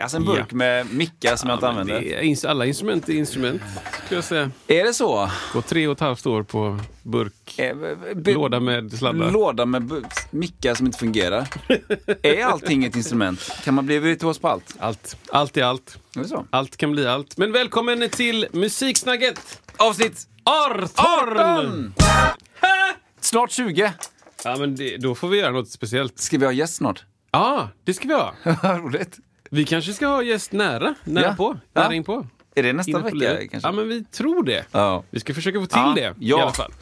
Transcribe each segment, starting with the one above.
Alltså en burk Ja. med mickar som jag inte Men använder. det är ins- alla instrument är instrument, skulle jag säga. Är det så? Går tre och ett halvt år på burk. Eh, b- Låda med sladdar. Låda med bu- mickar som inte fungerar. är allting ett instrument? Kan man bli virtuos på allt? Allt. Allt är allt. Är det så? Allt kan bli allt. Men välkommen till Musiksnacket! Avsnitt Arton! 18! Snart 20. Ja, men det, då får vi göra något speciellt. Ska vi ha gäst snart? Ja, det ska vi ha. Roligt. Vi kanske ska ha gäst nära, nära Ja. på, Ja. nära inpå. Är det nästa Inne på vecka livet. kanske? Ja, men vi tror det. Ja. Vi ska försöka få till Ja, det ja. i alla fall.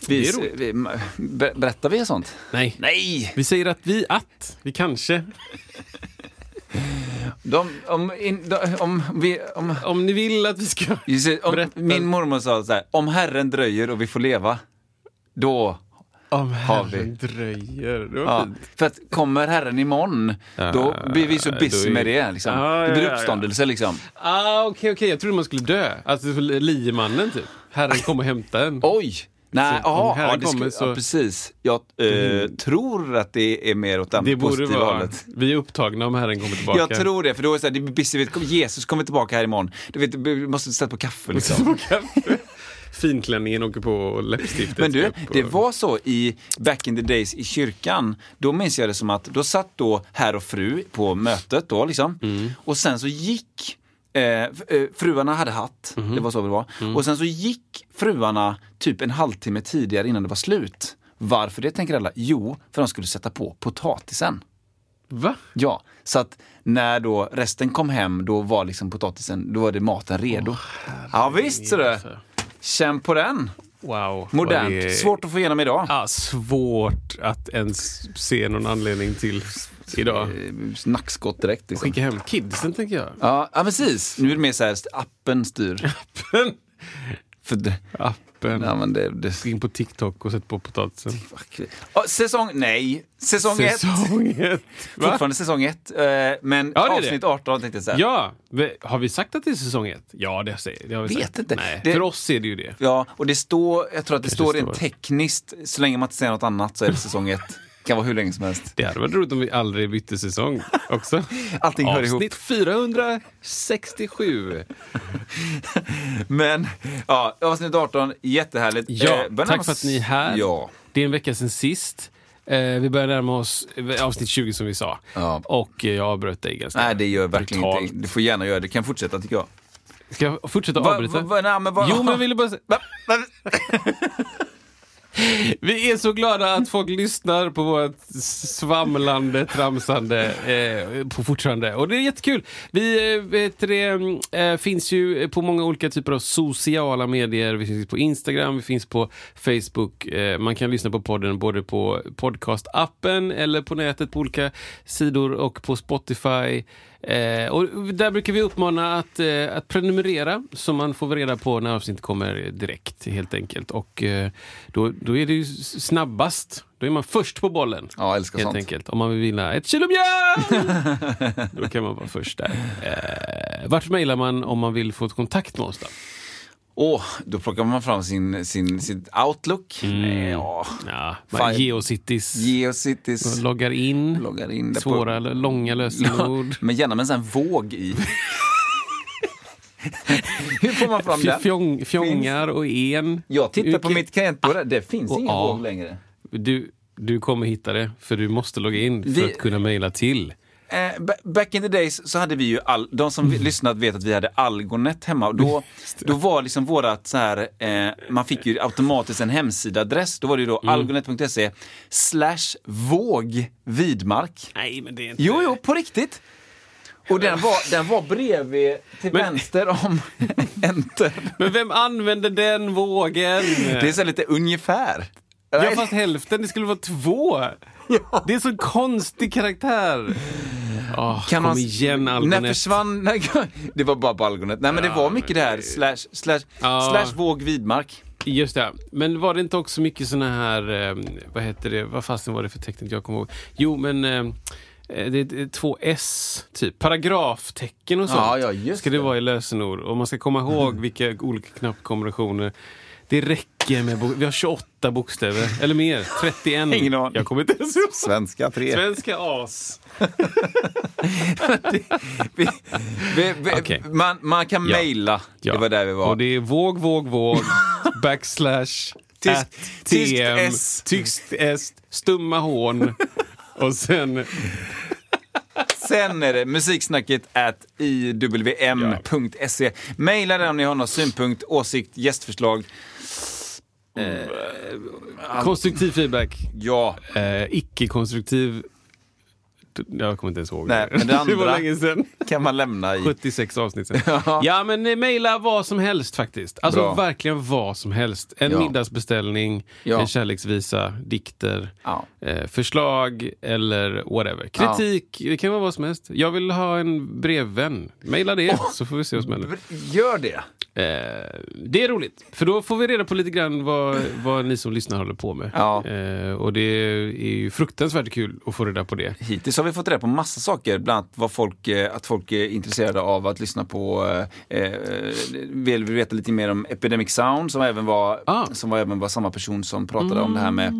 det vi, är roligt. vi, ber- berättar vi sånt? Nej. Nej! Vi säger att vi att, vi kanske. De, om, in, de, om vi... Om, Om ni vill att vi ska... You see, om, Berätta. min mormor sa så här, om Herren dröjer och vi får leva, då... Om vi. Herren dröjer. Det var Ja, fint. för att kommer Herren imorgon, då Ah, blir vi så då busy är- med det. Liksom. Ah, det blir ja, ja, ja. uppståndelse liksom. Ah, okej, okej. Jag trodde man skulle dö. Alltså liemannen, typ. Herren kom och hämtade en. Oj! Nej, Så om aha, Herren ja, det kommer skulle, så- Mm. ja, precis. Jag eh, tror att det är mer åt Det den borde positiva vara. hållet. Vi är upptagna om Herren kommer tillbaka. Jag tror det, för då är det så här, det blir busy. vet du, Jesus kommer tillbaka här imorgon. Du vet, vi måste sätta på kaffe liksom. Så kan- Finklänningen åker på och läppstiftet Men du, ska upp och- det var så i back in the days i kyrkan. Då minns jag det som att då satt då herr och fru på mötet då liksom. Mm. Och sen så gick eh, f- eh, fruarna hade hatt, Mhm. det var så det var. Mm. Och sen så gick fruarna typ en halvtimme tidigare innan det var slut. Varför det tänker alla? Jo, för de skulle sätta på potatisen. Va? Ja, så att när då resten kom hem då var liksom potatisen, då var det maten redo. ja visst så du. Känn på den! Wow. Modernt. alltså. Vad det är- Svårt att få igenom idag. Ja, svårt att ens se någon anledning till idag. Eh, Nackskott direkt. Liksom. Skicka hem kidsen, tänker jag. Ja, ja, precis. Nu är det mer så här, appen styr. Men- För det, Appen. ja, men det, det, In på TikTok och sätt på potatisen. fuck. Ja, säsong, nej. Säsong, ett. Säsong ett. Va? Fortfarande säsong ett. eh, Men Ja, det är det. avsnitt 18 tänkte jag säga. Ja, vi- har vi sagt att det är säsong ett? Ja, det säger det har vi Vet sagt. inte. Nej, Det- för oss är det ju det. Ja, och det står, jag tror att det står står. rent tekniskt, så länge man inte säger något annat så är det säsong ett. Kan vara hur länge som helst. Det hade varit roligt om vi aldrig bytte säsong också. Allting hör ihop. Avsnitt 467. Men ja, avsnitt 18, jättehärligt. Ja, Eh, bananas- tack för att ni är här. Ja. Det är en vecka sedan sist. Eh, vi börjar närma oss eh, avsnitt 20 som vi sa. Ja. Och eh, jag avbröt dig ganska Nej, det gör verkligen brutalt. inte. Du får gärna göra det. Du kan fortsätta tycker jag. Ska jag fortsätta Va- avbryta? va- va- nej, men va- Jo, men jag ville bara säga... Va- va- Vi är så glada att folk lyssnar på vårt svamlande, tramsande eh, på fortfarande. Och det är jättekul. Vi eh, vet det, mm, eh, finns ju på många olika typer av sociala medier. Vi finns på Instagram, vi finns på Facebook. Eh, man kan lyssna på podden både på podcastappen eller på nätet på olika sidor och på Spotify. Eh, och där brukar vi uppmana att, eh, att prenumerera så man får reda på när avsnittet kommer direkt helt enkelt. Och eh, då, då är det ju s- snabbast. Då är man först på bollen. Ja, älskar helt sånt. enkelt. Om man vill vinna ett kilo mjöl! då kan man vara först där. Eh, vart mejlar man om man vill få kontakt med oss då? Åh, då plockar man fram sin, sin, sitt Outlook. Mm. Ja. Ja, man, Fan. Geocities. Geocities. Loggar in. Loggar in där på- Svåra, långa lösenord. Men gärna med en sån här våg i. Hur får man fram den? Fjong, fjongar och en. Jag tittar Hur på kan- mitt tangentbord. där. Det finns Och ingen A. våg längre. Du, du kommer hitta det, för du måste logga in för Vi- att kunna mejla till eh, Mm. ba- back in the days så hade vi ju, all, de som vi- lyssnat vet att vi hade Algonet hemma. Och Då, då var liksom vårat så här, eh, man fick ju automatiskt en hemsidaadress. Då var det ju då algonet.se slash våg Widmark. Nej, men det är inte... Jo, jo, på riktigt. Och den var, den var bredvid, till Men- vänster om Enter. Men vem använder den vågen? Det är så här lite ungefär. Ja, fast hälften. Det skulle vara två. Det är så konstig karaktär. Åh, Kan kom man- igen, När Algonet. försvann... När, det var bara på Algonet. Nej men det var mycket det här, slash, slash, Ja. slash våg Widmark. Just det. Men var det inte också mycket såna här... Eh, vad heter det? Vad fasen var det för tecknet jag kommer ihåg? Jo, men... Eh, eh, det är det är två S, typ. Paragraftecken och sånt. Ja, ja, just ska det, det. Mm. vara i lösenord. Och man ska komma ihåg vilka olika knappkombinationer. Det räcker med... bok- Vi har 28 bokstäver. Eller mer. 31. Ingen aning. Jag kommer inte ens ihåg. Svenska 3. Svenska as. vi, vi, vi, Okej. man, man kan Ja. mejla. Det var där vi var. Och det är våg, våg, våg, backslash, Tyst- at, tyst tm, S. tyst s, stumma hån och sen Sen är det musiksnacket at iwm.se. Mejla där om ni har någon synpunkt, åsikt, gästförslag. konstruktiv feedback. Ja. Eh, Icke-konstruktiv... Jag kommer inte ens ihåg. Nej, men det det var andra- länge sedan. Kan man lämna i... 76 avsnitt sen. ja, men eh, mejla vad som helst faktiskt. Alltså Bra. verkligen vad som helst. En Ja. middagsbeställning, Ja. en kärleksvisa, dikter, Ja. eh, förslag eller whatever. Kritik, det kan vara vad som helst. Jag vill ha en brevvän. Mejla det så får vi se vad som händer. Gör det. Eh, det är roligt, för då får vi reda på lite grann vad, vad ni som lyssnar håller på med. Ja. Eh, och det är ju fruktansvärt kul att få reda på det. Hittills har vi fått reda på massa saker, bland annat vad folk, eh, att folk är intresserade av att lyssna på, eh, eh, vill vi veta lite mer om Epidemic Sound som även var, Ah. Mm. som var, även var samma person som pratade om det här med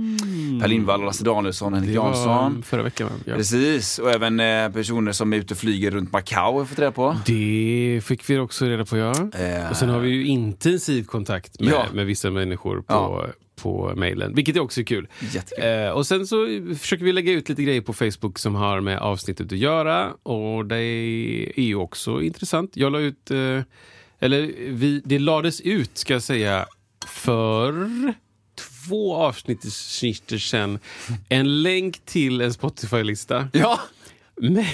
Per Lindvall, och Lasse Danielsson, Henrik Det var, Jansson. eh, förra veckan. va? Ja. Precis, och även eh, personer som är ute och flyger runt Macao har vi fått reda på. Det fick vi också reda på, ja. Eh. Och sen har vi ju intensiv kontakt med, Ja. med vissa människor på, Ja. på mejlen, vilket är också kul. Jättekul. Eh, och sen så försöker vi lägga ut lite grejer på Facebook som har med avsnittet att göra. Och det är ju också intressant. Jag la ut, eh, eller vi, det lades ut ska jag säga, för två avsnitt sedan en länk till en Spotify-lista Ja, med,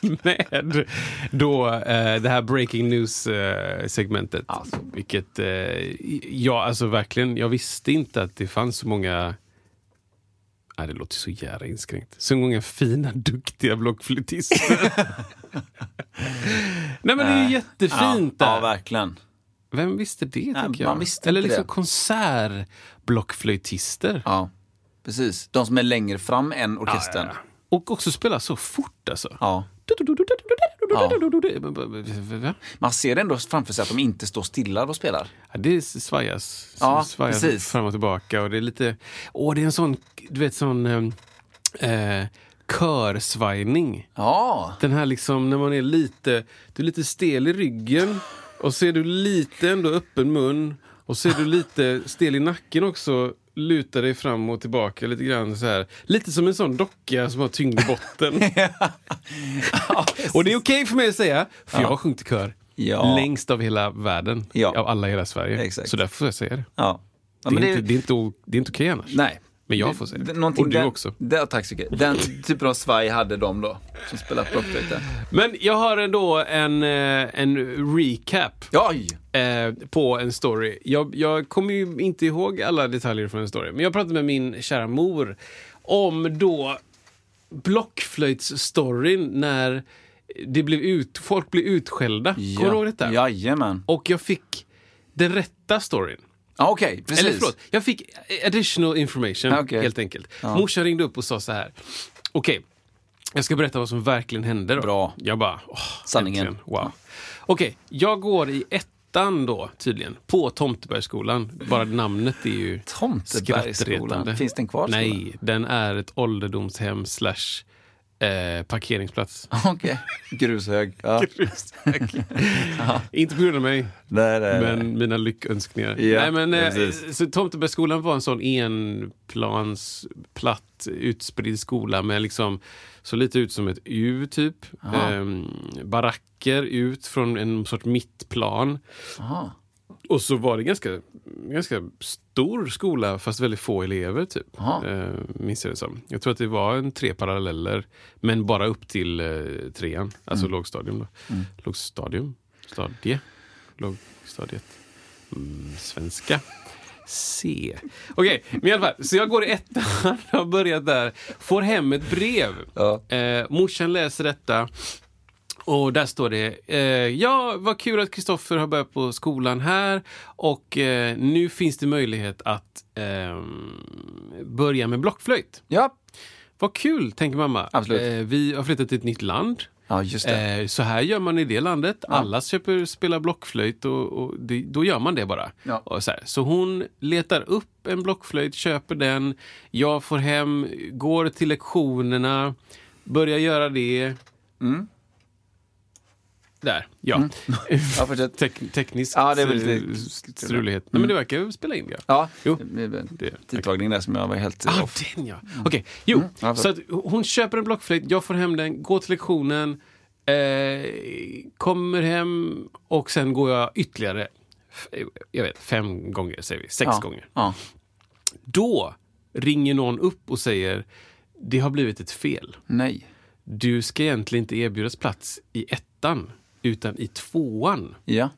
med då eh, det här breaking news-segmentet. Alltså. Vilket, eh, ja alltså verkligen, jag visste inte att det fanns så många Nej, det låter så jävla inskränkt. Så många fina, duktiga blockflöjtister. Nej, men det är ju jättefint. ja, där. ja, verkligen. Vem visste det, tycker jag? man visste Eller inte liksom det. konsertblockflöjtister. Ja, precis. De som är längre fram än orkestern. Ja. Och också spela så fort, alltså. Ja. Va? Man ser ändå framför sig att de inte står stilla och spelar. Ja, det svajas, Ja, svajas precis. fram och tillbaka. Och det är lite... Åh, det är en sån, du vet, sån eh, eh, körsvajning. Ja, Den här liksom när man är lite, du är lite stel i ryggen och så är du lite ändå öppen mun och så är du lite stel i nacken också. Lutar dig fram och tillbaka lite grann så här. Lite som en sån docka som har tyngd i botten. och det är okej för mig att säga, för jag har sjungit i kör Ja. längst av hela världen. Ja. Av alla i hela Sverige. Exakt. Så därför får jag säga det. ja. ja Det men är, inte, det, är inte, o- det är inte okej annars. Nej. Men jag får säga det. Någonting Och du den, också. Den, tack så mycket. Den typen av svaj hade de då, som spelat blockflöjten. Men jag har ändå en, eh, en recap. Oj! eh, på en story. Jag, jag kommer ju inte ihåg alla detaljer från en story, men jag pratade med min kära mor om då blockflöjtsstoryn när det blev ut, folk blev utskällda. Kommer du ihåg detta? Jajamän. Och jag fick den rätta storyn. Ja, Okej, precis. Eller Alltså, förlåt, jag fick additional information Ja, Ah, okej. helt enkelt. Morsan ringde upp och sa så här. Okej, jag ska berätta vad som verkligen hände då. Bra. Jag bara, åh, Sanningen. äntligen, Wow. Okej, jag går i ettan då tydligen, på Tomtebergsskolan. Bara namnet är ju Tomtebergsskolan. skrattretande. Finns den kvar, skolan? Nej, den är ett ålderdomshem slash eh, parkeringsplats. Okej. Grushög. Ja. Inte på grund av mig, Nej, nej, nej. men mina lyckönskningar. Ja, Nej, men, eh, precis. så Tomtebäcksskolan var en sån enplans, platt, utspridd skola med liksom så lite ut som ett U typ. Ehm, baracker ut från en sorts mittplan. Aha. Och så var det ganska, ganska stor skola fast väldigt få elever typ. Jaha. Eh, minns jag det som. Jag tror att det var en tre paralleller men bara upp till eh, trean, alltså lågstadium. Då. Lågstadium? Stadie? Lågstadiet? Mm, svenska? C. Okej, men i alla fall. Så jag går i ettan, har börjat där. Får hem ett brev. Ja. Eh, morsan läser detta. Och där står det, eh, ja vad kul att Kristoffer har börjat på skolan här och eh, nu finns det möjlighet att ehm, börja med blockflöjt. Ja. Vad kul, tänker mamma. Absolut. Eh, vi har flyttat till ett nytt land. ja, just det. Eh, så här gör man i det landet. Alla köper, spelar blockflöjt och, och det, då gör man det bara. Ja. Och så, här. så hon letar upp en blockflöjt, köper den. Jag får hem, går till lektionerna, börjar göra det. Mm. Där, ja. Ja, fortsätt. Tek- teknisk Ja, det är väl lite- eh, strulighet. Nej, men det verkar ju spela in. Ja. Ja. Jo. Det Det- är tidtagning där som jag var helt eh, Ah, off. den ja. Okej, jo. Mm, ja, för- så att hon köper en blockflöjt, jag får hem den, går till lektionen, eh, kommer hem och sen går jag ytterligare, f- eh, jag vet, fem gånger säger vi, sex ja. gånger. Ja. Då ringer någon upp och säger det har blivit ett fel. Nej. Du ska egentligen inte erbjudas plats i ettan utan i tvåan. Ja.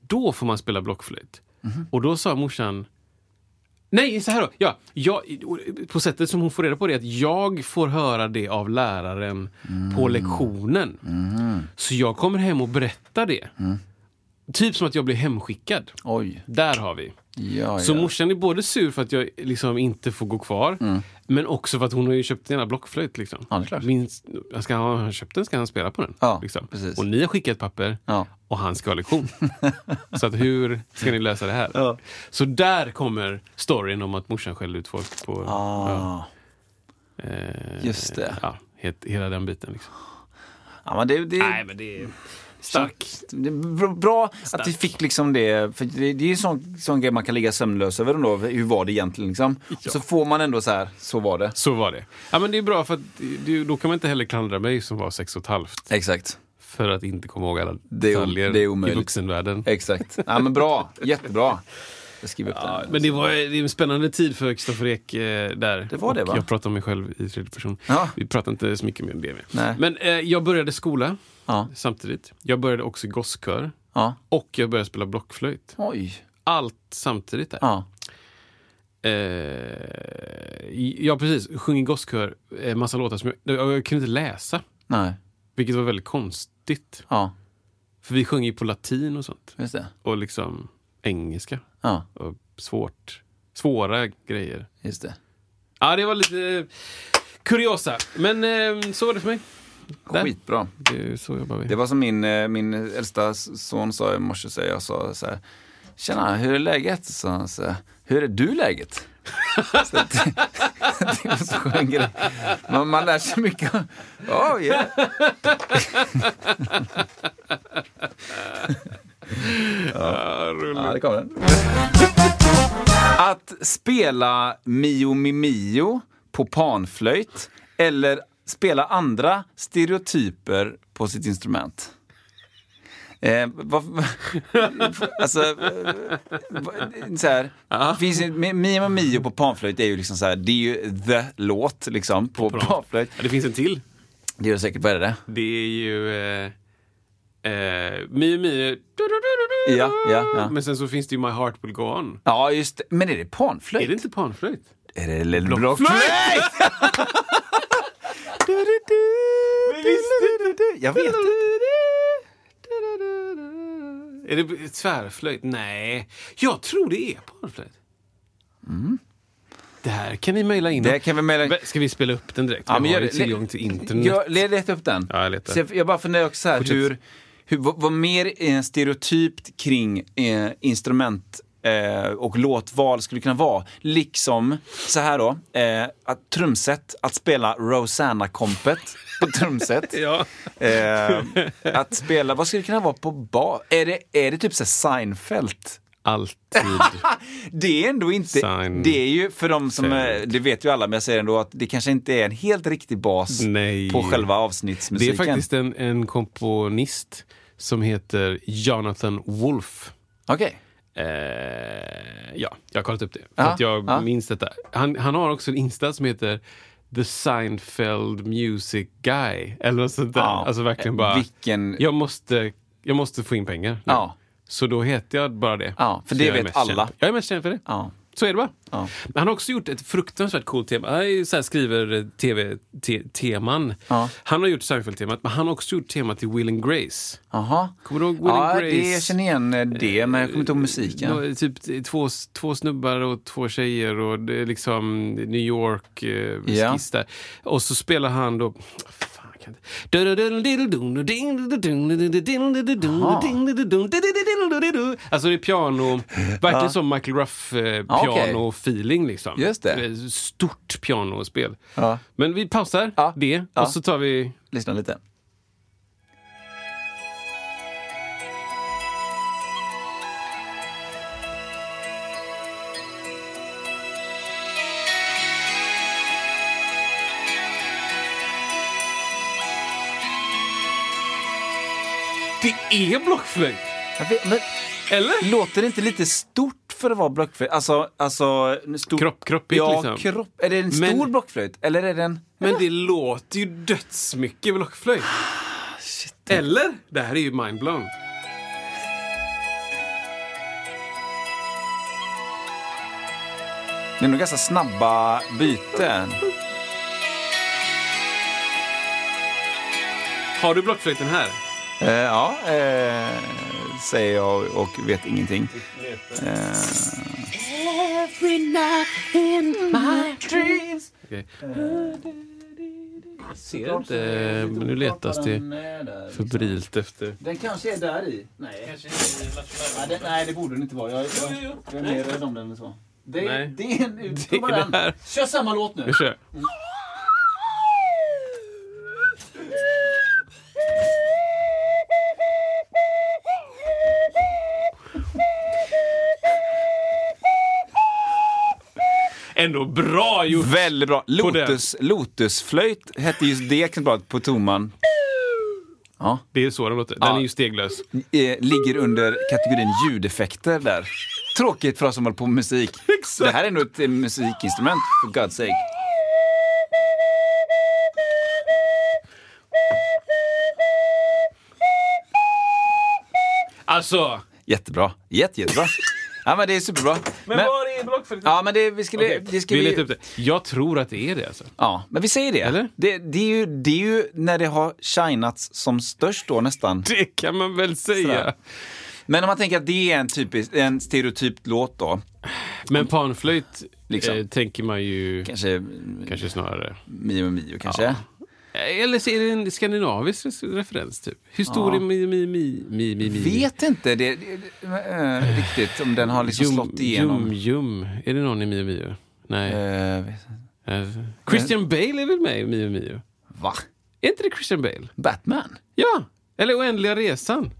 Då får man spela blockflöjt. Mhm. Och då sa morsan Nej, så här då. Ja, jag, på sättet som hon får reda på det är att jag får höra det av läraren Mm. på lektionen. Så jag kommer hem och berättar det. Mm. Typ som att jag blir hemskickad. Oj. Där har vi. Ja, Så ja. Mm. morsan är både sur för att jag liksom inte får gå kvar, men också för att hon har ju köpt en jävla blockflöjt. Liksom. Ja, det är klart. Minst, ska han ha köpt den ska han spela på den. Ja, liksom. precis. Och ni har skickat papper Ja. och han ska ha lektion. så att hur ska ni lösa det här? Ja. Så där kommer storyn om att morsan skällde ut folk på... Ah. eh, just det. Ja, het, hela den biten. Liksom. Ja, Mm. men det, det, Nej, men det är starkt. Det är bra- Bra att vi fick liksom det, för det, det är ju sån, sån grej man kan ligga sömnlös över ändå, hur var det egentligen liksom. Och så får man ändå så här, så var det. Så var det. Ja, men det är bra för att det, då kan man inte heller klandra mig som var sex och ett halvt. Exakt, För att inte komma ihåg alla Det är o- detaljer det är i omöjligt. vuxenvärlden. exakt. Ja men bra, jättebra. Jag skriver upp Ja, det. men det var det är en spännande tid för Kristoffer Ek eh, där. Det var det, Och va? Jag pratar om mig själv i tredje person. Ja. Vi pratar inte så mycket mer om det. Med. Nej. Men eh, jag började skola Ja, samtidigt. Jag började också i gosskör. ja. Och jag började spela blockflöjt. Oj. Allt samtidigt där. Ja. Eh, ja, precis. Sjöng i gosskör eh, massa låtar som jag, jag kunde inte läsa. Nej. Vilket var väldigt konstigt. Ja, För vi sjöng ju på latin och sånt. just det. Och liksom engelska. Ja, och svårt, svåra grejer. just det. Ja, det var lite eh, kuriosa. Men eh, så var det för mig. Där. Skitbra. Det, så jobbar vi. Det var som min, eh, min äldsta son sa i morse, så jag sa så här, Tjena, hur är läget? Så han så här, hur är du läget? Så att det, det var så skön grej. Man, man lär sig mycket. Oh, yeah. Ja, roligt. Ja, det kommer den. Att spela Mio mi Mio på panflöjt eller spela andra stereotyper på sitt instrument. Eh, vad, vad, alltså, eh, vad- så här, finns, ju- Mi- Mio mi Mio på panflöjt är ju liksom så här, det är ju the låt liksom på panflöjt. Ja, det finns en till. Det är det säkert, vad är det? Det är ju... Eh, eh, Miu Miu... Ja, ja, ja. Men sen så finns det ju My Heart Will Go On. Ja, just det. Men är det Är det panflöjt? inte panflöjt? Är det, eller Blockflöjt? blockflöjt? Men visst är det- Jag vet inte. Är det tvärflöjt? Nej, jag tror det är panflöjt. Det här kan ni mejla in. Mm. Det här kan vi mejla in. Va- Ska vi spela upp den direkt? Ja, jag men har gör ju det. Le- tillgång till internet. Jag le- letar upp den. Ja, jag letar. Så jag, jag bara funderar också så här, Fortsätt. hur, hur, vad, vad mer är stereotypt kring eh, instrument eh, och låtval skulle kunna vara. Liksom, så här då, eh, att trumset, att spela Rosanna-kompet på trumset. Ja. Eh, att spela, vad skulle det kunna vara på bas? Är det, är det typ så här Seinfeld? Alltid. Det är ändå inte, Sign- det är ju för de som, eh, Sign. det vet ju alla, men jag säger ändå att det kanske inte är en helt riktig bas Nej. på själva Det är avsnittsmusiken. faktiskt en, en komponist som heter Jonathan Wolff. Okej. Eh, ja, jag har kollat upp det. För Ja, att jag ja. minns detta. Han, han har också en Insta som heter The Seinfeld Music Guy. Eller något sånt där. Ja. eh, Alltså verkligen bara, Vilken- jag, måste, jag måste få in pengar. nu. Ja. Så då heter jag bara det. Ja, för Så det jag är vet mest alla. känd. Jag är mest känd för det. Ja. Så är det bara. Ja. Men Han har också gjort ett fruktansvärt coolt tema. Han är ju så här skriver eh, tv-teman. Ja. Han har gjort Seinfeld-temat, men han har också gjort temat till Will and Grace. Aha. Kommer du ihåg Will Ja, and det, Grace? jag känner igen eh, det, men jag kommer inte ihåg musiken. Nå- Typ t- två, två snubbar och två tjejer och det är liksom New York eh, Ja. skiss där. Och så spelar han då... Fan, jag kan inte- Alltså det är piano, verkligen som Michael Ruff eh, Ja, okej. piano-feeling liksom. Just det. Eh, Stort pianospel. Ja. Men vi pausar Ja. det Ja. och så tar vi... Lyssna lite. Det är blockflöjt! Jag vet- Men, Eller? låter det inte lite stort för att vara blockflöjt? Alltså, alltså... en Stor... Kropp- kroppigt, ja, liksom. kropp. Är det en Men- stor blockflöjt? Eller är det en... Men det låter ju dödsmycket blockflöjt. Eller? Det här är ju mindblown. Det är nog ganska snabba byten. Har du blockflöjten här? Eh, ja, eh, säger jag och vet ingenting. Okej. Jag ser inte, men nu letas det febrilt efter. Den kanske är där i. Nej, nej, det, nej, det borde den inte vara. Jag, jag, jag är mer rädd om den än så. Det, Nej. det är en ut. Det är det här. Kör samma låt nu. Vi kör. Ändå bra gjort! Väldigt bra. den. Lotus, lotusflöjt hette just det exemplaret på tomman. Ja. Det är så den låter. Den Ja. är ju steglös. eh, ligger under kategorin ljudeffekter där. Tråkigt för oss som håller på med musik. Exakt. Det här är nog ett eh, musikinstrument, för God's sake. Alltså! Jättebra. Jätte, jättebra. ja, men det är superbra. Men, är blockflöjten? Ja, men det, vi skulle... Det vi skulle letar upp det. Jag tror att det är det alltså. Ja, men vi säger det. typ- Eller? Det, det, är ju, det är ju när det har shinats som störst då nästan. Det kan man väl säga. Sådär. Men om man tänker att det är en, typisk, en stereotypt låt då. Men panflöjt Liksom. eh, tänker man ju kanske, Kanske snarare. Mio Mio kanske. Eller så är det en skandinavisk res- referens typ. Hur stor är mi, mi, mi, mi, mi, mi? Vet inte det, det, eh, riktigt om den har liksom slått igenom. Jum, jum. Är det någon i Mio Mio? Nej. Eh, vet inte. Eh, Christian Bale är väl med i Mio Mio? va? Är inte det Christian Bale? Batman? Ja! Eller Oändliga Resan.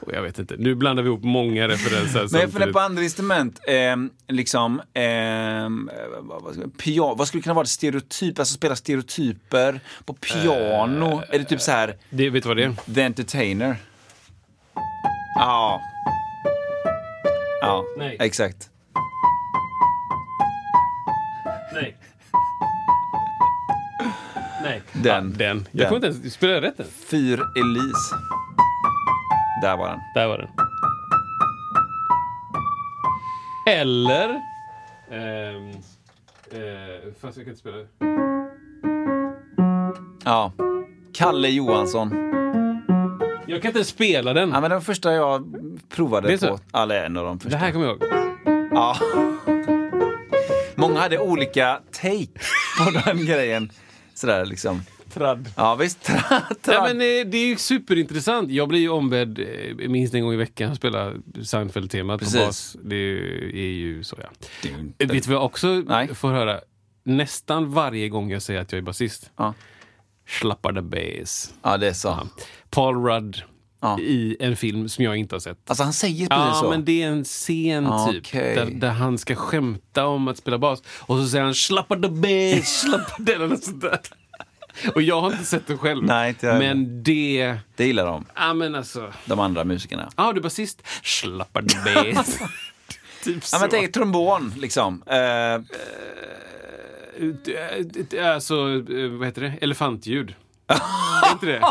Och jag vet inte. Nu blandar vi ihop många referenser typ- Men jag samtidigt. funderar på andra instrument. ehm, liksom, ehm, vad, vad, ska- pia- vad skulle kunna vara det stereotyp, alltså spela stereotyper på piano? är det typ så här Det, vet du vad det är? The Entertainer? Ja. Ja, Nej. exakt. Nej. Nej. Den. Ja, den. Den. Jag kommer inte ens... Spelade jag rätt den? Fyr Elise. Där var den. Där var den. Eller... Ehm, eh, fast jag kan inte spela det. Ja. Kalle Johansson. Jag kan inte spela den. Ja, men den första jag provade Det är så. på. Eller en av de Det första. här kommer jag ihåg. Ja. Många hade olika take på den grejen. Sådär liksom. Tradd. Ja visst, Tra- Ja, tradd. men, eh, det är ju superintressant. Jag blir ju ombedd eh, minst en gång i veckan att spela Seinfeld-temat på Precis. bas. Det är ju- är ju så ja. Dun, Eh, Vet du vad jag också Nej. får höra? Nästan varje gång jag säger att jag är basist. Ja. Slappar the bass. Ja, det är så. Paul Rudd Ja. i en film som jag inte har sett. Alltså han säger precis Ja, så. men det är en scen Ah, typ. okej. Där, där han ska skämta om att spela bas. Och så säger han slappa the bass, slappa den eller sånt där. Och jag har inte sett det själv. Nej, inte jag heller. men det... Det gillar de, Ja, men alltså. de andra musikerna. Ja, du är basist. Slappa the bass. typ så. Ja, men tänk trombon liksom. Eh, Det är Alltså, eh, vad heter det? Elefantljud. är inte det?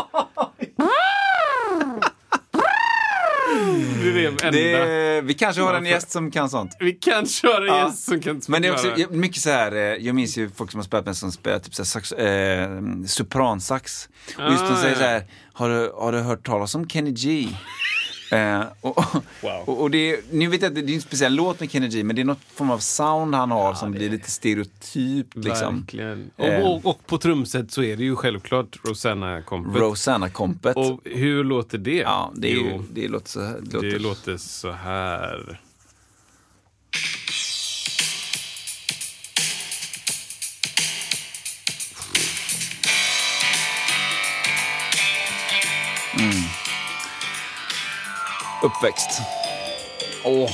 det är det enda. det, vi kanske har en gäst som kan sånt. Vi kan köra Ja. gäst som kan Men det är också förklara. mycket så här, eh, jag minns ju folk som har spelat med som spelar typ så här sax, eh, sopransax. Och just de Ah, säger ja. så här, har du, har du hört talas om Kenny G? Eh, och, Wow. och, och det, är- nu vet jag att det det är en speciell låt med Kenny G, men det är något form av sound han har som blir lite stereotyp. Liksom. Verkligen. Eh. Och, och, och på trumset så är det ju självklart Rosanna kompet. Rosanna-kompet. och hur låter det? Ja, det, är ju, jo, det låter så här. Det låter, det låter så här. Uppväxt. Åh!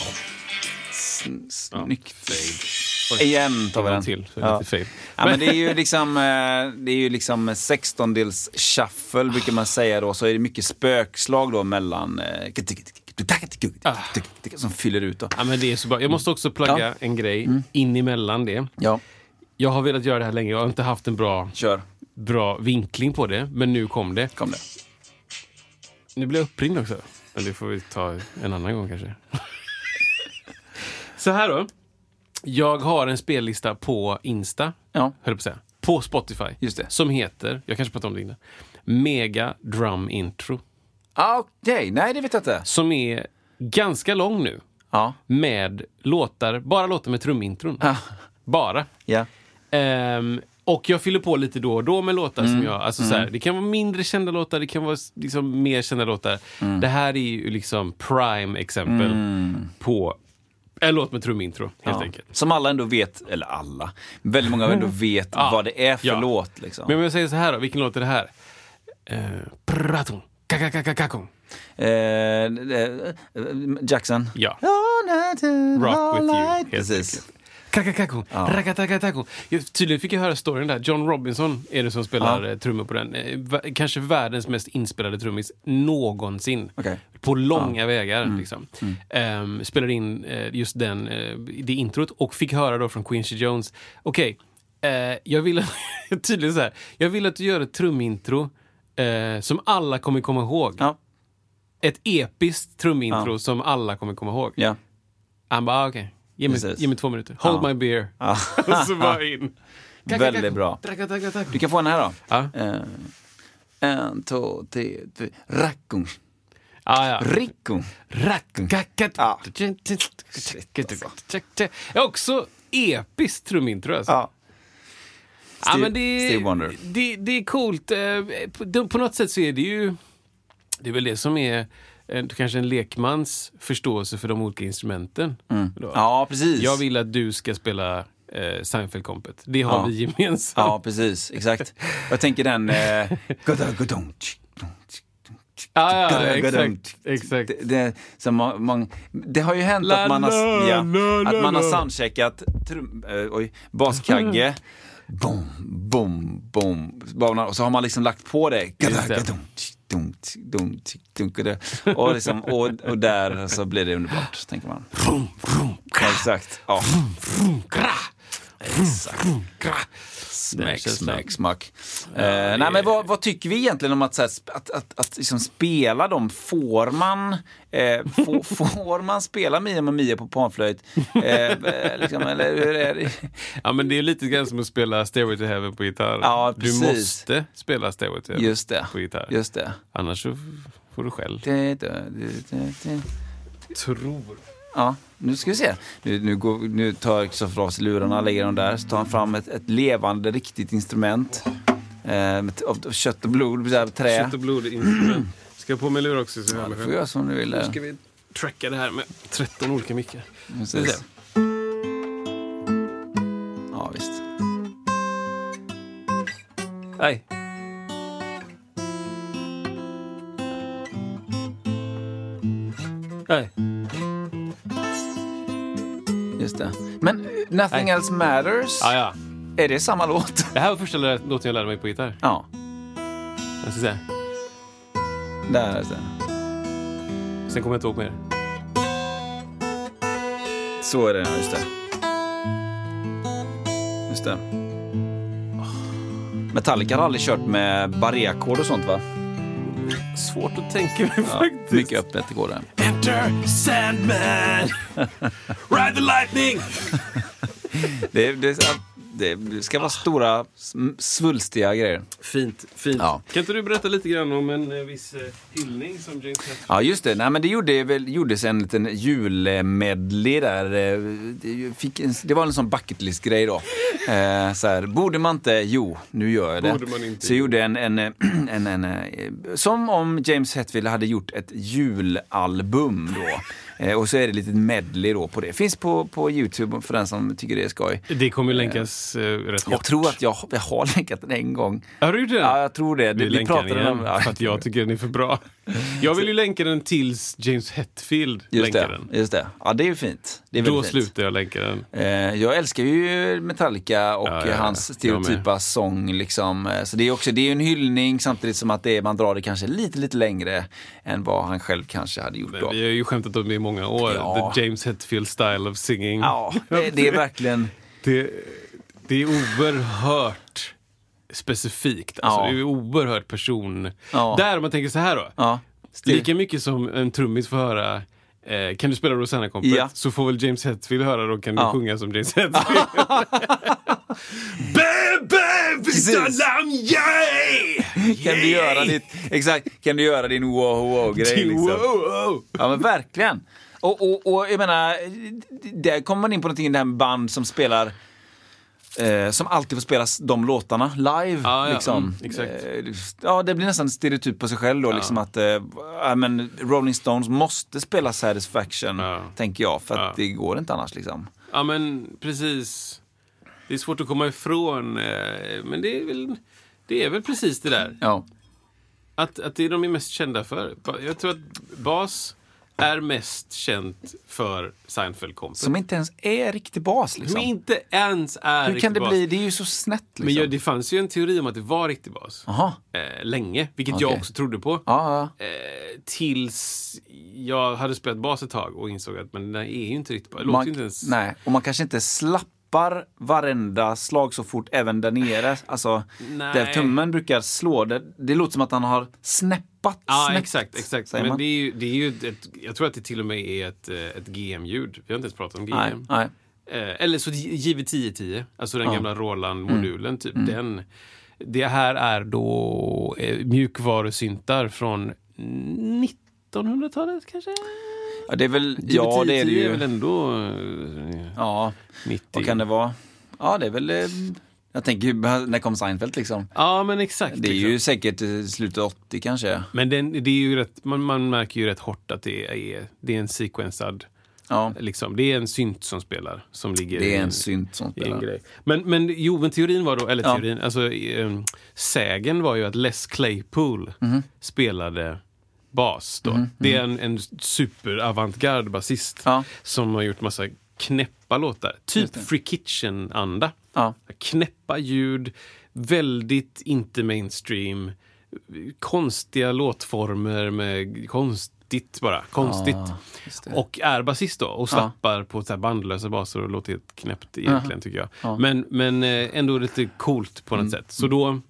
Sn- Snyggt. Igen tar vi den. En till, så är det Ja. lite fel. Ja, men det är ju liksom, eh, det är ju liksom 16-dels shuffle brukar man säga då. Så är det mycket spökslag då mellan... eh, Ah. Som fyller ut då. Ja, men det är så bra. Jag måste också plugga Ja. Mm. en grej in emellan det. Ja, Jag har velat göra det här länge. Jag har inte haft en bra, kör. bra vinkling på det, men nu kom det. Kom det. Nu blir jag uppringd också. Men det får vi ta en annan gång kanske. Så här då. Jag har en spellista på Insta, Ja. höll jag på att säga. På Spotify. Just det. Som heter, jag kanske pratade om det innan, Mega Drum Intro. Ah, Okej, nej det vet jag inte. Som är ganska lång nu. Ja, Med låtar, bara låtar med trumintron. Bara. ja. Ehm, och jag fyller på lite då och då med låtar som jag... Alltså så här, det kan vara mindre kända låtar, det kan vara s- liksom mer kända låtar. Det här är ju liksom prime exempel på en låt med trumintro, helt ja. enkelt. Mm. Som alla ändå vet, eller alla, väldigt många ändå vet vad det är för Ah. Ja. låt. Liksom. Men om jag säger så här då, vilken låt är det här? Uh, pratung, kakakakakakong. Eh, eh, Jackson. Ja. Rock Rock with you, helt Precis. Kakakakong, rakatakakakong. Just- Tydligen fick jag höra storyn där. John Robinson är det som spelar Ja. eh, trummor på den. Eh, va- Kanske världens mest inspelade trummis någonsin. Okej. Mm. På långa vägar. Liksom. Ehm, spelade in eh, just den, eh, det introt och fick höra då från Quincy Jones. Okej, eh, jag vill tydligen så här. Jag vill att du gör ett trumintro eh, som alla kommer komma ihåg. Ja, Ett episkt trumintro som alla kommer komma ihåg. ja. Han bara, ah, okej. Ge, mig- Precis. ge mig två minuter. Hold my beer. Och så bara in. Väldigt bra. Du kan få den här då. Ja. Eh, en, två, tre, fyra. Rackung. Ah, ja. Rickung. Rackakat. Mm. Ja. alltså. Ja, Också episkt trumintro alltså. Ja. Ja, men det, Steve Wonder. Det, det är coolt. Eh, på- de- På något sätt så är det ju... Det är väl det som är en, kanske en lekmans förståelse för de olika instrumenten. Då. Mm. Ja, precis. Jag vill att du ska spela eh, Seinfeld-kompet. Det har Ja. vi gemensamt. Ja, precis. Exakt. Jag tänker den... Eh, goda, godong, tsk, dong, tsk, dong, tsk, Ja, ja, goda, godong, exakt. tsk. exakt. Det, det, som man, man, det har ju hänt La, att man har, la, ja, la, la, att man har la. Mm. soundcheckat trum, eh, oj, baskagge. Boom, boom, boom. Banan, och så har man liksom lagt på det. det. Gadagadumt, dumt, dumt, dumt, och det- Och, liksom, och, och där så blir det underbart, tänker man. Ja, exakt. Ja, exakt. Smack, Den känslan. smack, smack. Eh, nej, men vad, vad tycker vi egentligen om att, så här, sp- att, att, att liksom spela dem? Får man, eh, få, får man spela Mia med Mia på panflöjt? Eh, eh, liksom, eller hur är det? Ja, men det är lite grann som att spela Stairway to Heaven på gitarr. Ja, du precis. måste spela Stairway to Heaven Just det. på gitarr. Just det. Annars så får du själv. Du, du, du, du, du. Tror. Ja, nu ska vi se. Nu, nu, går, nu tar Kristoffer av sig lurarna, lägger dem där, så tar han fram ett, ett levande, riktigt instrument. Eh, eh, med- av av kött och blod, så här, trä. Kött och blod instrument. Ska jag på mig lurar också? Så jag Ja, hör du mig får själv. göra som du vill. Nu ska vi tracka det här med 13 olika mickar. Precis. vi se. Ja, visst. Nej. Nej. Just det. Men eh, Nothing Nej. Else Matters, Ah, ja. är det samma låt? Det här var första lä- låten jag lärde mig på gitarr. ja, Jag ska säga. där är det. Sen kommer jag inte ihåg mer. Så är det, ja, just det. Just det. Oh. Metallica har aldrig kört med barréackord och sånt va? Svårt att tänka mig faktiskt. Mycket öppet går det. Enter Sandman! Ride the lightning! Det, det, det ska vara stora, sm- svulstiga grejer. Fint, fint. Ja. Kan inte du berätta lite grann om en eh, viss eh, hyllning som James Hetfield... Ja, just det. Nej, men det gjorde, väl, gjordes en liten julmedley där. eh, det Fick en, det var en sån bucket list-grej då. Eh, så här, borde man inte? Jo, nu gör jag det. Borde man inte? Så jag gjorde en, en, eh, en, en, eh, Som om James Hetfield hade gjort ett julalbum då. Eh, och så är det lite medley då på det. Finns på, på YouTube för den som tycker det är skoj. Det kommer länkas eh, rätt hårt. Jag tror att jag, jag har länkat den en gång. Har du gjort det? Ja, jag tror det. Vi, Vi, vi länkar den pratade igen om... Ja, för att jag tycker den är för bra. Jag vill ju länka den tills James Hetfield just länkar det, den. just det. Ja, det är ju fint. Det är Då väldigt fint. slutar jag länka den. Eh, Jag älskar ju Metallica och Ja, ja, ja. hans Jag stereotypa sång. Liksom. Eh, Så det är också det är ju en hyllning samtidigt som att det är, man drar det kanske lite, lite längre än vad han själv kanske hade gjort då. Vi har ju skämtat om det i många år. Ja. The James Hetfield style of singing. Ja, det, det är verkligen... Det, det är oerhört specifikt. Alltså, Ja. Det är oerhört person... Ja. Där, om man tänker så här då. Ja, stil- Lika mycket som en trummis får höra eh, kan du spela Rosanna kompet Ja. så får väl James Hetfield höra då kan du Ja. sjunga som James Hetfield. Baby, Precis. salam, yay! kan, du göra ditt, exakt, kan du göra din wow-wow-grej? Liksom? Wow. Ja, men verkligen. Och, och, och jag menar, där kommer man in på någonting, det här med band som spelar Eh, som alltid får spelas de låtarna live. Ja, ja, liksom. mm, exakt. Eh, ja, det blir nästan stereotyp på sig själv då. Liksom att, eh, ja, men Rolling Stones måste spela Satisfaction, Ja. tänker jag. För att Ja. det går inte annars. Liksom. Ja men precis. Det är svårt att komma ifrån. eh, Men det är väl, det är väl precis det där. Ja. Att, att det är de är mest kända för. Ba- Jag tror att Bas är mest känt för seinfeld kompet Som inte ens är riktig bas. Som Liksom. inte ens är Hur kan riktig det bas. bli? Det är ju så snett. Liksom. Men ja, det fanns ju en teori om att det var riktig bas. Jaha. Eh, länge, vilket jag Okej. också trodde på. Ja, ja. Eh, tills jag hade spelat bas ett tag och insåg att men den är ju inte riktigt bas. Det låter ju inte Man, ens... nej, och man kanske inte slappar varenda slag så fort även där nere. Alltså, Nej. där tummen brukar slå. Det, det låter som att han har snäppat. Ja, snäppt, exakt. exakt. säger Men man. det är ju, det är ju ett, jag tror att det till och med är ett, eh, ett GM-ljud. Vi har inte ens pratat om GM. Nej, nej. Eh, eller så JV1010, alltså den gamla Mm. Roland-modulen. Typ. Den, det här är då eh, mjukvarusyntar från 1900-talet kanske? Ja, det är väl, ja, det är det JV1010 är väl ju. ändå eh, Ja, 90. vad kan det vara? Ja, det är väl... eh, Jag tänker, när kom Seinfeld liksom? Ja, men exakt. Det är liksom. ju säkert eh, slutet 80 kanske. Men den, det är ju rätt, man, man märker ju rätt hårt att det är, det är en sequensad, Ja, liksom. det är en synt som spelar. Som ligger det i är en synt som i en spelar. grej. Men, men jo, men teorin var då, eller Ja. teorin, alltså um, sägen var ju att Les Claypool Mhm. spelade bas då. Det är en, en superavantgard basist Ja. som har gjort massa knäppa låtar. Typ Free Kitchen-anda. Ja. Knäppa ljud, väldigt inte mainstream, konstiga låtformer med konstigt bara. Konstigt. Ah. just det. Och är basist då och slappar på så här bandlösa baser och låter helt knäppt egentligen tycker jag. Men, men eh, ändå lite coolt på något Mm. sätt. Så då,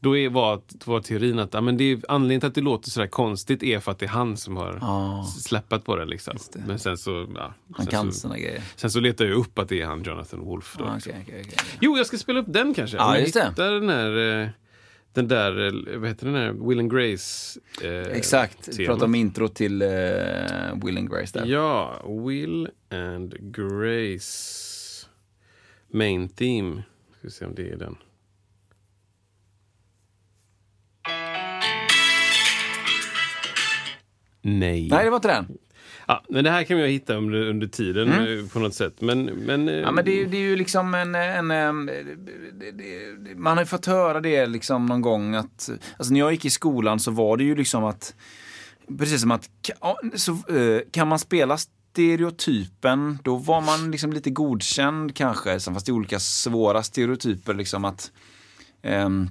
då är, var, var teorin att ja, men det är, anledningen till att det låter sådär konstigt är för att det är han som har Ja. släppat på det. Liksom. Men sen så, ja, Han sen, kan så, sina grejer. sen så letar jag upp att det är han Jonathan Wolf. Då, Ja, liksom. okej, okej, okej. Jo, jag ska spela upp den kanske. Ja, Om jag just det. hittar den här... eh, Den där, eh, vad heter den här, Will and Grace eh, Exakt, vi temat. pratade om intro till eh, Will and Grace där. Ja, Will and Grace. Main theme. Ska vi se om det är den. Nej. Nej, det var inte den. Ja, men det här kan jag hitta under, under tiden eh, på något sätt. Men, men, eh, Mm. Ja, men det är, ju- det är ju liksom en... en, em, det, det, det, man har ju fått höra det liksom någon gång att... Alltså när jag gick i skolan så var det ju liksom att... Precis som att ka- ja, så, eh, kan man spela stereotypen, då var man liksom lite godkänd kanske. Sen fanns det olika svåra stereotyper liksom att... ehm,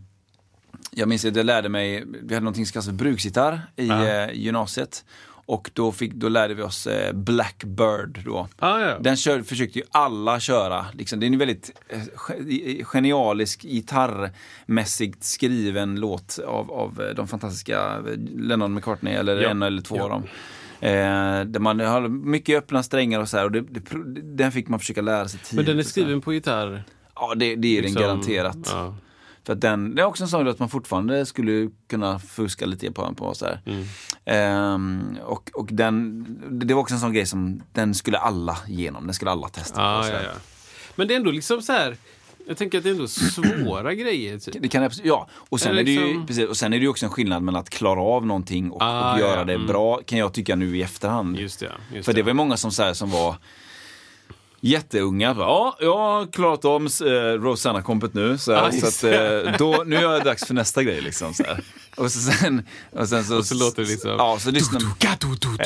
jag minns att jag lärde mig, vi hade någonting som kallas för bruksgitarr i eh, gymnasiet. Och då, fick, då lärde vi oss eh, Blackbird då. Ah, ja. Den kör, försökte ju alla köra. Liksom. Det är en väldigt eh, ge- genialisk gitarrmässigt skriven låt av, av eh, de fantastiska eh, Lennon McCartney, eller Ja. en eller två Ja. av dem. Eh, där man har mycket öppna strängar och så här. Och det, det, pr- den fick man försöka lära sig tidigt. men den är och så här. skriven på gitarr. Ja, det, det är den liksom. garanterat. Ja. För att den, det är också en sån låt man fortfarande skulle kunna fuska lite på. på så här. Mm. Ehm, och, och den, det var också en sån grej som den skulle alla genom, den skulle alla testa. Ah, på, så ja, här. ja. Men det är ändå liksom så här. Jag tänker att det är ändå svåra grejer. Typ. Det kan, absolut- ja, och sen, Eller är det ju, liksom- precis, och sen är det ju också en skillnad mellan att klara av någonting och, Ah, och göra ja, det mm. bra, kan jag tycka nu i efterhand. Just det. ja, Just För det var ju många som, så här, som var jätteunga. Bara, Ja, jag har klarat om eh, Rosanna-kompet nu, så, här, Ah, så just att, eh, då, nu är det dags för nästa grej. Liksom, så här. Och, så, sen, och, sen så, så låter det liksom- Ja, så lyssnar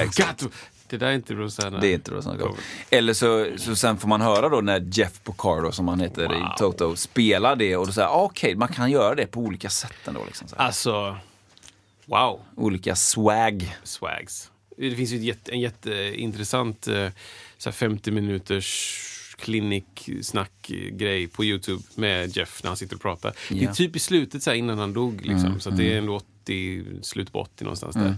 Exakt. Det där är inte Rosanna. Det är inte Rosanna Gott. Eller så, så sen får man höra då när Jeff Picardo, som han heter i Toto, spelar det och då säger ah, okej, man kan göra det på olika sätt ändå. Liksom, så här. Alltså, wow. Olika swag. Swags. Det finns ju ett jätte, en jätteintressant eh, så här 50 minuters kliniksnack-grej på Youtube med Jeff när han sitter och pratar. Det är Ja. typ i slutet så här, innan han dog. Liksom. så att det är ändå 80, slutet på 80 någonstans där.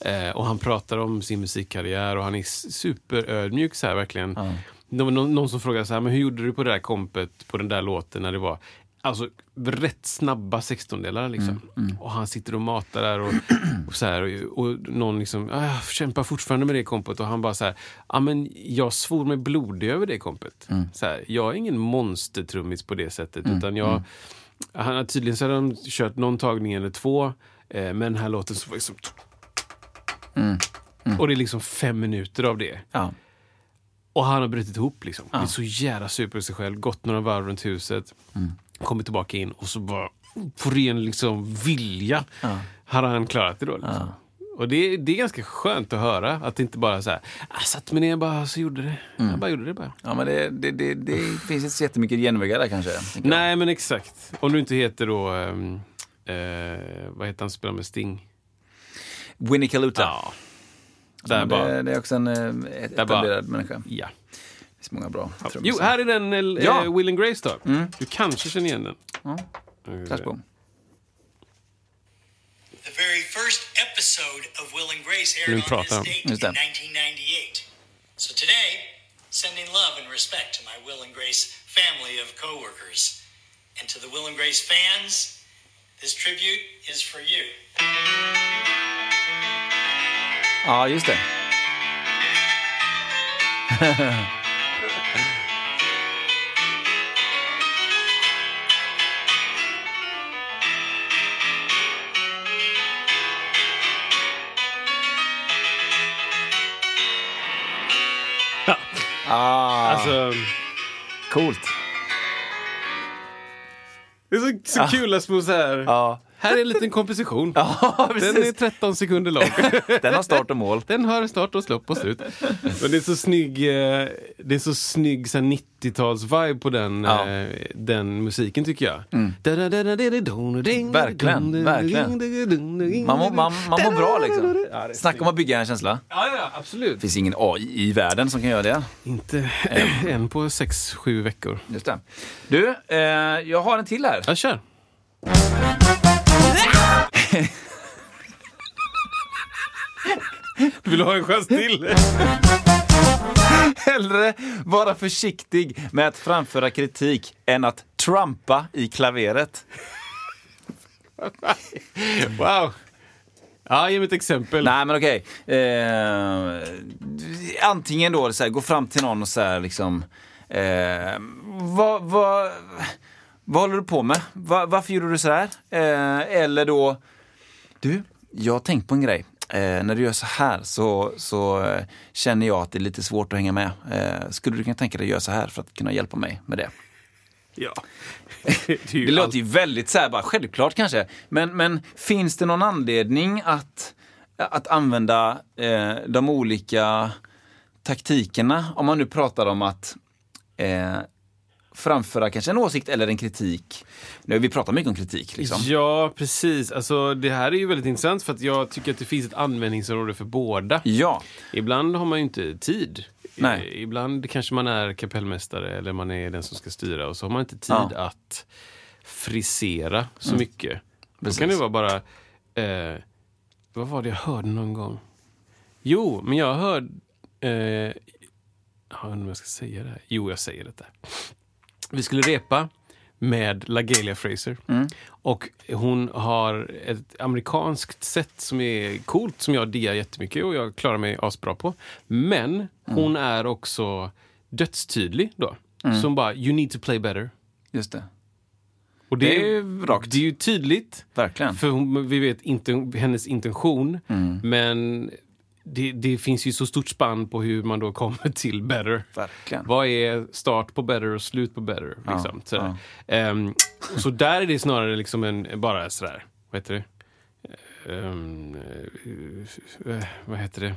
Eh, och han pratar om sin musikkarriär och han är s- superödmjuk så här verkligen. Någon, någon, någon som frågar så här, men hur gjorde du på det där kompet på den där låten när det var Alltså rätt snabba 16-delar liksom. Och han sitter och matar där och, och så här. Och, och någon liksom, "Ah, jag kämpar fortfarande med det kompet. Och han bara så här, ja men jag svor mig blodig över det kompet. Så här, jag är ingen monstertrummis på det sättet. Utan jag, han har tydligen så har de kört någon tagning eller två. Eh, men den här låten så var liksom... Och det är liksom fem minuter av det. Ja. Och han har brutit ihop liksom. Blivit så jävla sur på sig själv. Gått några varv runt huset. Mm. Kommit tillbaka in och så bara på ren liksom vilja hade han klarat det då. Liksom. Och det, det är ganska skönt att höra att det inte bara så här, jag satt mig ner bara så gjorde det. Jag bara gjorde det bara. Mm. Ja, men det, det, det, det finns inte så jättemycket genvägar där kanske. tänker jag. Nej men exakt. Om du inte heter då, ehm, eh, vad heter han som spelar med Sting? Winnie Caluta. Ja. Där Men bara, det, det är också en eh, ett Där bara- etablerad människa. Det ja. finns många bra Jo, trummisar. här är den, eh, Ja. Mm. Will and Grace då. Du kanske känner igen den. Tack på. The very first episode of Will and Grace Nu aired on pratar han. this date in Just det. 1998. So today, sending love and respect to my Will and Grace family of coworkers. And to the Will and Grace fans, this tribute is for you. Ja, just det. Ah, Alltså, coolt. det är så, så kul att små så här. Ja. Här är en liten komposition. den är precis. 13 sekunder lång. Den har start och mål. Den har start och släpp och slut. Men det är så snygg, eh, det är så snygg så här 90-tals-vibe på den, Ja. eh, den musiken tycker jag. Verkligen, Verkligen, Mm. verkligen. Man mår, man, man mår bra liksom. Snacka om att bygga en känsla. Ja, ja, absolut. Det finns ingen AI i världen som kan göra det. Inte en på 6-7 veckor. Just det. Du, eh, jag har en till här. Ja, kör. Vill du ha en chans till? Hellre vara försiktig med att framföra kritik än att trampa i klaveret. Wow. Ja, ge mig ett exempel. Nej, men okej. Eh, antingen då, så här, gå fram till någon och så här liksom... Eh, vad, vad, vad håller du på med? Va, varför gjorde du så här? Eh, eller då... Du, jag har tänkt på en grej. eh, när du gör så här så, så eh, känner jag att det är lite svårt att hänga med. Eh, skulle du kunna tänka dig att göra så här för att kunna hjälpa mig med det? Ja. det är ju Det allt- låter ju väldigt så här, bara självklart kanske. Men, men finns det någon anledning att, att använda eh, de olika taktikerna? Om man nu pratar om att eh, framföra kanske en åsikt eller en kritik. Nu har vi pratat mycket om kritik. Liksom. Ja, precis. Alltså, det här är ju väldigt intressant för att jag tycker att det finns ett användningsområde för båda. Ja, Ibland har man ju inte tid. Nej. I- Ibland kanske man är kapellmästare eller man är den som ska styra och så har man inte tid Ja. Mm. att frisera så mycket. Då kan Precis. det vara bara... Eh, vad var det jag hörde någon gång? Jo, men jag hörde... Eh, jag undrar om jag ska säga det här. Jo, jag säger detta. Vi skulle repa med LaGalia Fraser. Mm. Och hon har ett amerikanskt sätt som är coolt, som jag diggar jättemycket och jag klarar mig asbra på. Men Mm. hon är också dödstydlig då. Mm. Som bara, you need to play better. just det. Och Det är ju rakt. Det är ju tydligt. Verkligen. Mm. För eh, hon, vi vet inte hennes intention. Men det, det finns ju så stort spann på hur man då kommer till better. Verkligen. Vad är start på better och slut på better? Liksom, sådär. Ehm, och så där är det snarare liksom en, bara sådär, vad heter det? Ehm, eh, vad heter det?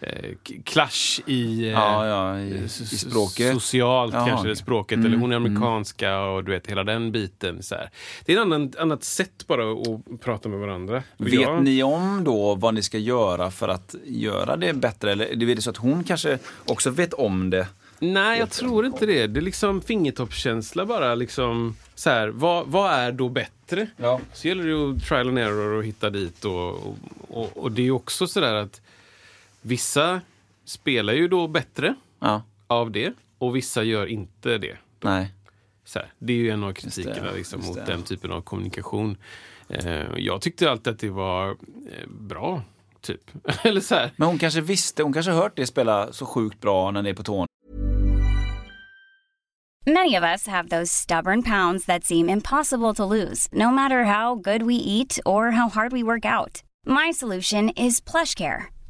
Eh, k- clash i... eh, Ja, ja, i, i s- språket. Mm. Socialt Jaha, kanske, okej. det språket. Eller hon är amerikanska och du vet hela den biten. Så här. Det är ett annan, annat sätt bara att prata med varandra. Och Vet ni om då vad ni ska göra för att göra det bättre? Eller det är väl så att hon kanske också vet om det? Nej, jag tror inte det. Det är liksom fingertoppskänsla bara. Liksom, så här, vad, vad är då bättre? Ja. Så gäller det att trial and error och hitta dit. Och, och, och, och det är ju också sådär att vissa spelar ju då bättre Ja, av det och vissa gör inte det. nej. Så här, det är ju en av kritikerna Just det, liksom, just mot det. den typen av kommunikation. Eh, jag tyckte alltid att det var eh, bra, typ. Eller så här. Men hon kanske visste, hon kanske hört det spela så sjukt bra när det är på tårna. Many of us have those stubborn pounds that seem impossible to lose, no matter how good we eat or how hard we work out. My solution is PlushCare.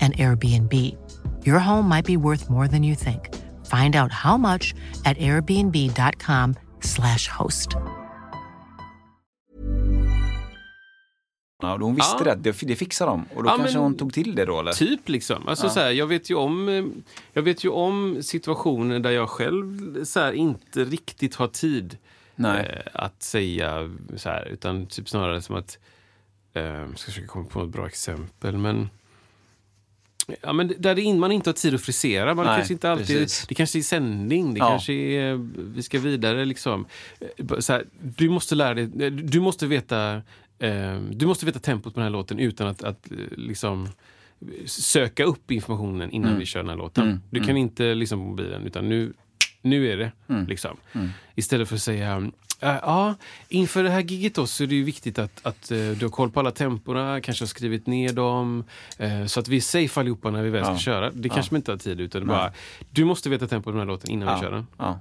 an Airbnb. Your home might be worth more than you think. Find out how much at airbnb.com/slash host. Och hon visste Ja. det, att det, det fixar de. Och då Ja, kanske men- hon tog till det då eller? Typ liksom. Alltså, så här, jag, vet ju om, eh, jag vet ju om situationer där jag själv så här, inte riktigt har tid Nej. eh, att säga så här. Utan typ snarare som att... Eh, jag ska försöka komma på ett bra exempel. Men, ja, men där det in, man inte har tid att frisera. Man Nej, kanske inte alltid, precis. det kanske är sändning, det Ja. kanske är... eh, Vi ska vidare liksom. Eh, bara Så här, du måste lära dig... eh, Du måste veta... Eh, du måste veta tempot på den här låten utan att, att eh, liksom söka upp informationen innan Mm. vi kör den här låten. Du kan inte liksom på mobilen, utan nu, nu är det. Mm. Liksom. Istället för att säga, äh, ja, inför det här giget då så är det ju viktigt att, att eh, du har koll på alla temporna, kanske har skrivit ner dem, eh, så att vi är safe allihopa när vi väl ska köra. Det kanske man inte har tid utan det är bara, du måste veta tempot på den här låten innan vi kör den. Ja.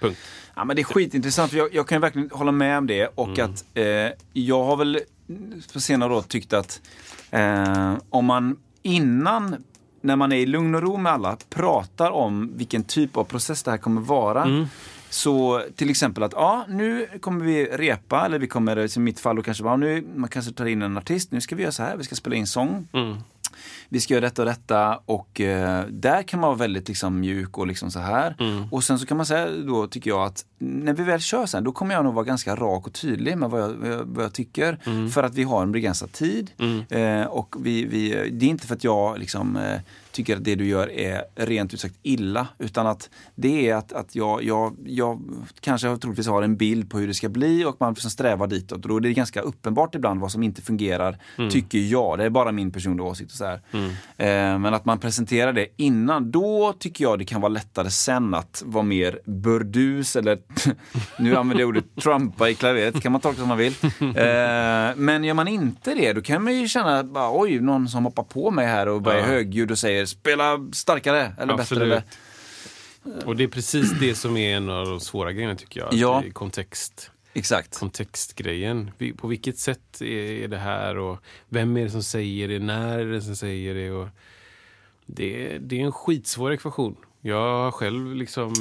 Punkt. Ja, men det är skitintressant. För jag, jag kan verkligen hålla med om det. Och att eh, jag har väl på senare år tyckt att eh, om man innan, när man är i lugn och ro med alla, pratar om vilken typ av process det här kommer vara. Så till exempel att ja, nu kommer vi repa, eller vi kommer som i mitt fall då kanske bara, nu, man kanske tar in en artist, nu ska vi göra så här, vi ska spela in sång. vi ska göra detta och detta och eh, där kan man vara väldigt liksom, mjuk och liksom så här. Och sen så kan man säga då tycker jag att när vi väl kör sen då kommer jag nog vara ganska rak och tydlig med vad jag, vad jag, vad jag tycker för att vi har en begränsad tid. Eh, och vi, vi, det är inte för att jag liksom, eh, tycker att det du gör är rent ut sagt illa utan att det är att, att jag, jag, jag kanske troligtvis har en bild på hur det ska bli och man liksom strävar ditåt. Och då är det ganska uppenbart ibland vad som inte fungerar, tycker jag. Det är bara min personliga åsikt. Och så här. Eh, men att man presenterar det innan, då tycker jag det kan vara lättare sen att vara mer burdus eller nu använder jag ordet trumpa i klaveret, kan man tolka som man vill. Eh, men gör man inte det, då kan man ju känna bara, oj, någon som hoppar på mig här och bara är Ja. högljudd och säger spela starkare eller bättre. Eller, Och det är precis det som är en av de svåra grejerna tycker jag. Ja. Att det är Kontext. exakt. kontextgrejen. Vi- På vilket sätt är- är det här och vem är det som säger det? När är det som säger det? Och det, är- det är en skitsvår ekvation. Jag har själv liksom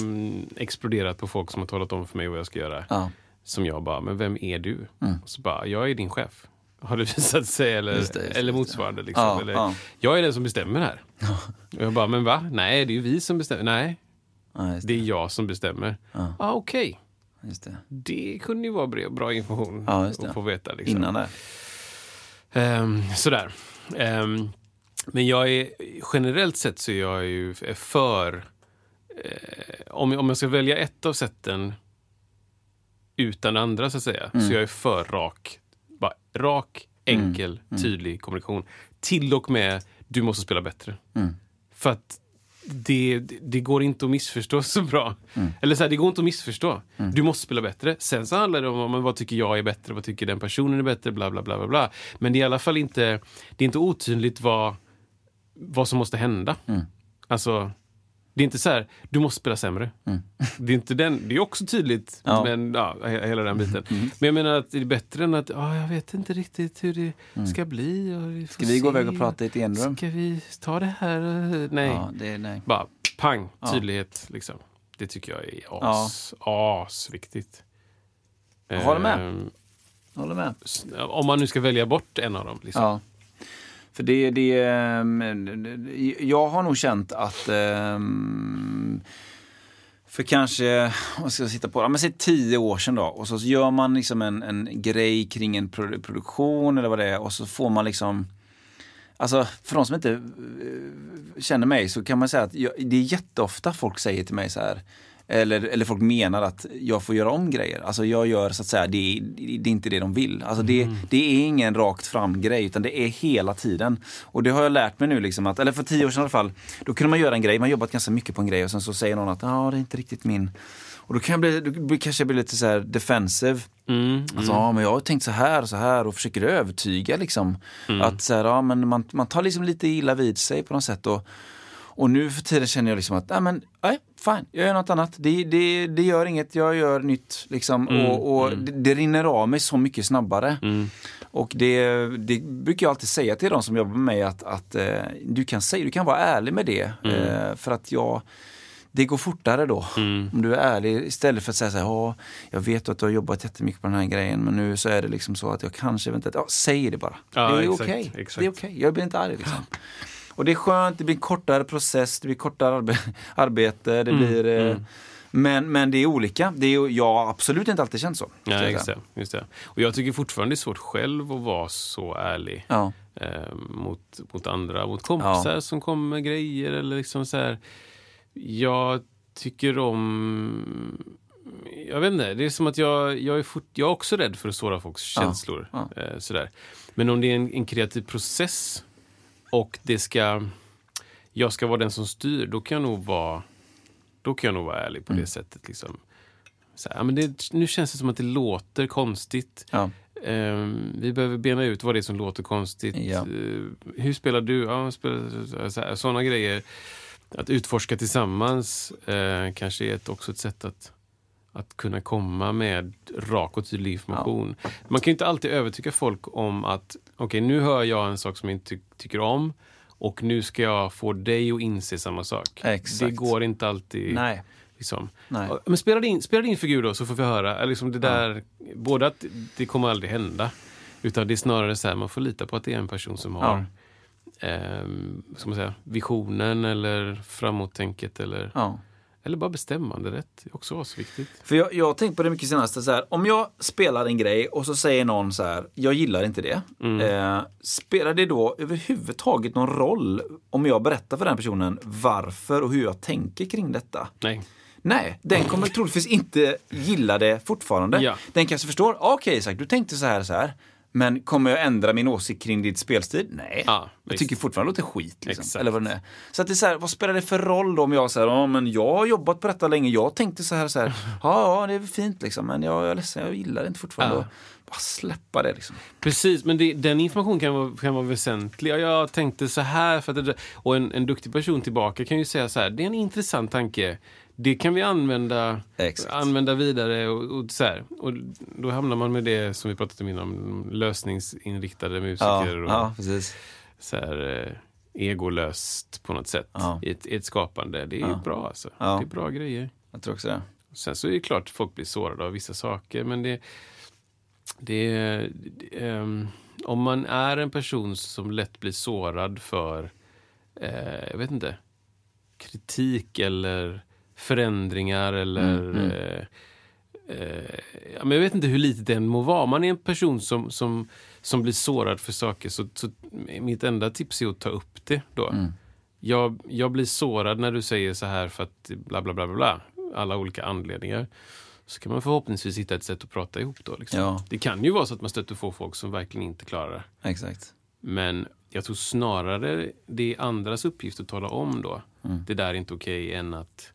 exploderat på folk som har talat om för mig vad jag ska göra. Ja. Mm. Som jag bara, men vem är du? Och så bara, jag är din chef. Har det visat sig? Eller, Just det, just det, eller just det. motsvarande. Liksom. Ja, eller, ja. Jag är den som bestämmer här. Och jag bara, men va? Nej, det är ju vi som bestämmer. Nej, Ja, just det det. är jag som bestämmer. Ja, ah, okej. Just det. Det kunde ju vara bra, bra information Ja, just det. att få veta. Liksom. Innan det. Ehm, sådär. Ehm, men jag är, generellt sett så är jag ju f- för... eh, om, om jag ska välja ett av sätten utan det andra, så att säga, Mm. så jag är för rak. Bara, rak, enkel, Mm. tydlig kommunikation. Till och med, du måste spela bättre. För att det, det går inte att missförstå så bra. Mm. Eller så här, det går inte att missförstå. Du måste spela bättre. Sen så handlar det om men vad tycker jag är bättre, vad tycker den personen är bättre, bla bla bla. bla, bla. Men det är i alla fall inte, det är inte otydligt vad, vad som måste hända. Mm. Alltså, det är inte så här, du måste spela sämre. Det är inte den, det är också tydligt, Mm. Ja. Mm. men ja, he- hela den biten. Men jag menar att det är bättre än att, ah, jag vet inte riktigt hur det ska bli. Och vi Mm. Ska vi gå iväg och prata i ett enrum? Ska vi ta det här? Nej. Ja, det är, nej. Bara pang, tydlighet. Liksom. Det tycker jag är as, asviktigt. Håller med. Ehm, Jag håller med. s- om man nu ska välja bort en av dem. Liksom. Ja. För det, det, ehm, jag har nog känt att ehm, för kanske, vad ska jag sitta på, ja, men säg tio år sedan då. Och så gör man liksom en, en grej kring en produ- produktion eller vad det är och så får man liksom Alltså för de som inte eh, känner mig så kan man säga att jag, det är jätteofta folk säger till mig så här eller, eller folk menar att jag får göra om grejer. Alltså jag gör så att säga, det, är- det är inte det de vill. Alltså det, det är ingen rakt fram grej utan det är hela tiden. Och det har jag lärt mig nu liksom att, eller för tio år sedan i alla fall, då kunde man göra en grej, man har jobbat ganska mycket på en grej och sen så säger någon att ja det är inte riktigt min. Och då kan jag bli, då blir- kanske jag blir lite så här defensive. Alltså, ja, men jag har tänkt så här och så här och försöker övertyga liksom. Att så här, ja, men man, man tar liksom lite illa vid sig på något sätt. Och, och nu för tiden känner jag liksom att, nej men, nej, fine, jag gör något annat. Det, det, det gör inget, jag gör nytt liksom. och och Det, det rinner av mig så mycket snabbare. Och det, det brukar jag alltid säga till de som jobbar med mig att, att eh, du, kan säga, du kan vara ärlig med det. Eh, för att jag det går fortare då. Mm. Om du är ärlig istället för att säga så här, ja, jag vet att du har jobbat jättemycket på den här grejen men nu så är det liksom så att jag kanske eventuellt, ja, säg det bara. Ja, det är exakt, okej, exakt. det är okej, jag blir inte arg liksom. Och det är skönt, det blir en kortare process, det blir kortare arbe arbete, det Mm, blir... eh, Men, men det är olika. Det är, ju- jag har absolut inte alltid känt så. ska jag Ja, säga. just det, just det. Och jag tycker fortfarande det är svårt själv att vara så ärlig Ja. eh, mot, mot andra, mot kompisar som kommer med grejer eller liksom så här. Jag tycker om... Jag vet inte, det är som att jag, jag, är, fort, jag är också rädd för att såra folks känslor. ja. Eh, sådär. Men om det är en, en kreativ process och det ska... Jag ska vara den som styr, då kan jag nog vara, då kan jag nog vara ärlig på Mm. det sättet. Liksom. Så här, ja, men det, nu känns det som att det låter konstigt. Ja. Ehm, vi behöver bena ut vad det är som låter konstigt. Ja. Ehm, hur spelar du? Ja, jag spelar, eh, så här, såna grejer. Att utforska tillsammans eh, kanske är ett, också ett sätt att, att kunna komma med rak och tydlig information. Man kan ju inte alltid övertyga folk om att okej, nu hör jag en sak som jag inte ty- tycker om och nu ska jag få dig att inse samma sak. Exakt. Det går inte alltid. Nej. Liksom. Nej. Ja, Men spela din, spela din figur då så får vi höra. Eller Liksom det där, Både att det kommer aldrig hända, utan det är snarare så här, man får lita på att det är en person som har eh, ska man säga, visionen eller framåttänket eller, Ja. eller bara bestämmanderätt. Det är också asviktigt. För jag, jag har tänkt på det mycket senaste, så här, om jag spelar en grej och så säger någon så här, jag gillar inte det. Eh, spelar det då överhuvudtaget någon roll om jag berättar för den personen varför och hur jag tänker kring detta? Nej. Nej, den kommer troligtvis inte gilla det fortfarande. Ja. Den kanske förstår, "Ah, okej Isak, du tänkte så här så här. Men kommer jag ändra min åsikt kring ditt spelstil? Nej. Ja, jag visst. tycker fortfarande det låter skit. Liksom. Exakt. Eller vad, det nu är. Så att det är så här, vad spelar det för roll då om jag säger ja men jag har jobbat på detta länge, jag tänkte så här så här. Ja, ja det är väl fint liksom, men jag, jag är ledsen, jag gillar det inte fortfarande. Ja. Och Bara släppa det liksom. Precis, men det, den informationen kan vara, kan vara väsentlig. Ja, Jag tänkte så här, för att det, och en, en duktig person tillbaka kan ju säga så här, det är en intressant tanke. Det kan vi använda, Exakt. använda vidare och, och så här. Och då hamnar man med det som vi pratat om innan, lösningsinriktade musiker och ja, precis. så här, eh, egolöst på något sätt Ja. i, ett, i ett skapande. Det är ju bra alltså. Ja. Det är bra grejer. Jag tror också det. Sen så är det klart att folk blir sårade av vissa saker, men det... det, det ehm, om man är en person som lätt blir sårad för, eh, jag vet inte, kritik eller förändringar eller... Eh, eh, ja, men jag vet inte hur litet det än må vara. Om man är en person som, som, som blir sårad för saker så, så mitt enda tips är att ta upp det då. Jag, jag blir sårad när du säger så här för att bla bla bla bla, bla alla olika anledningar. Så kan man förhoppningsvis hitta ett sätt att prata ihop då. Liksom. Ja. Det kan ju vara så att man stöter på folk som verkligen inte klarar det. Exakt. Men jag tror snarare det är andras uppgift att tala om då. Det där är inte okej än att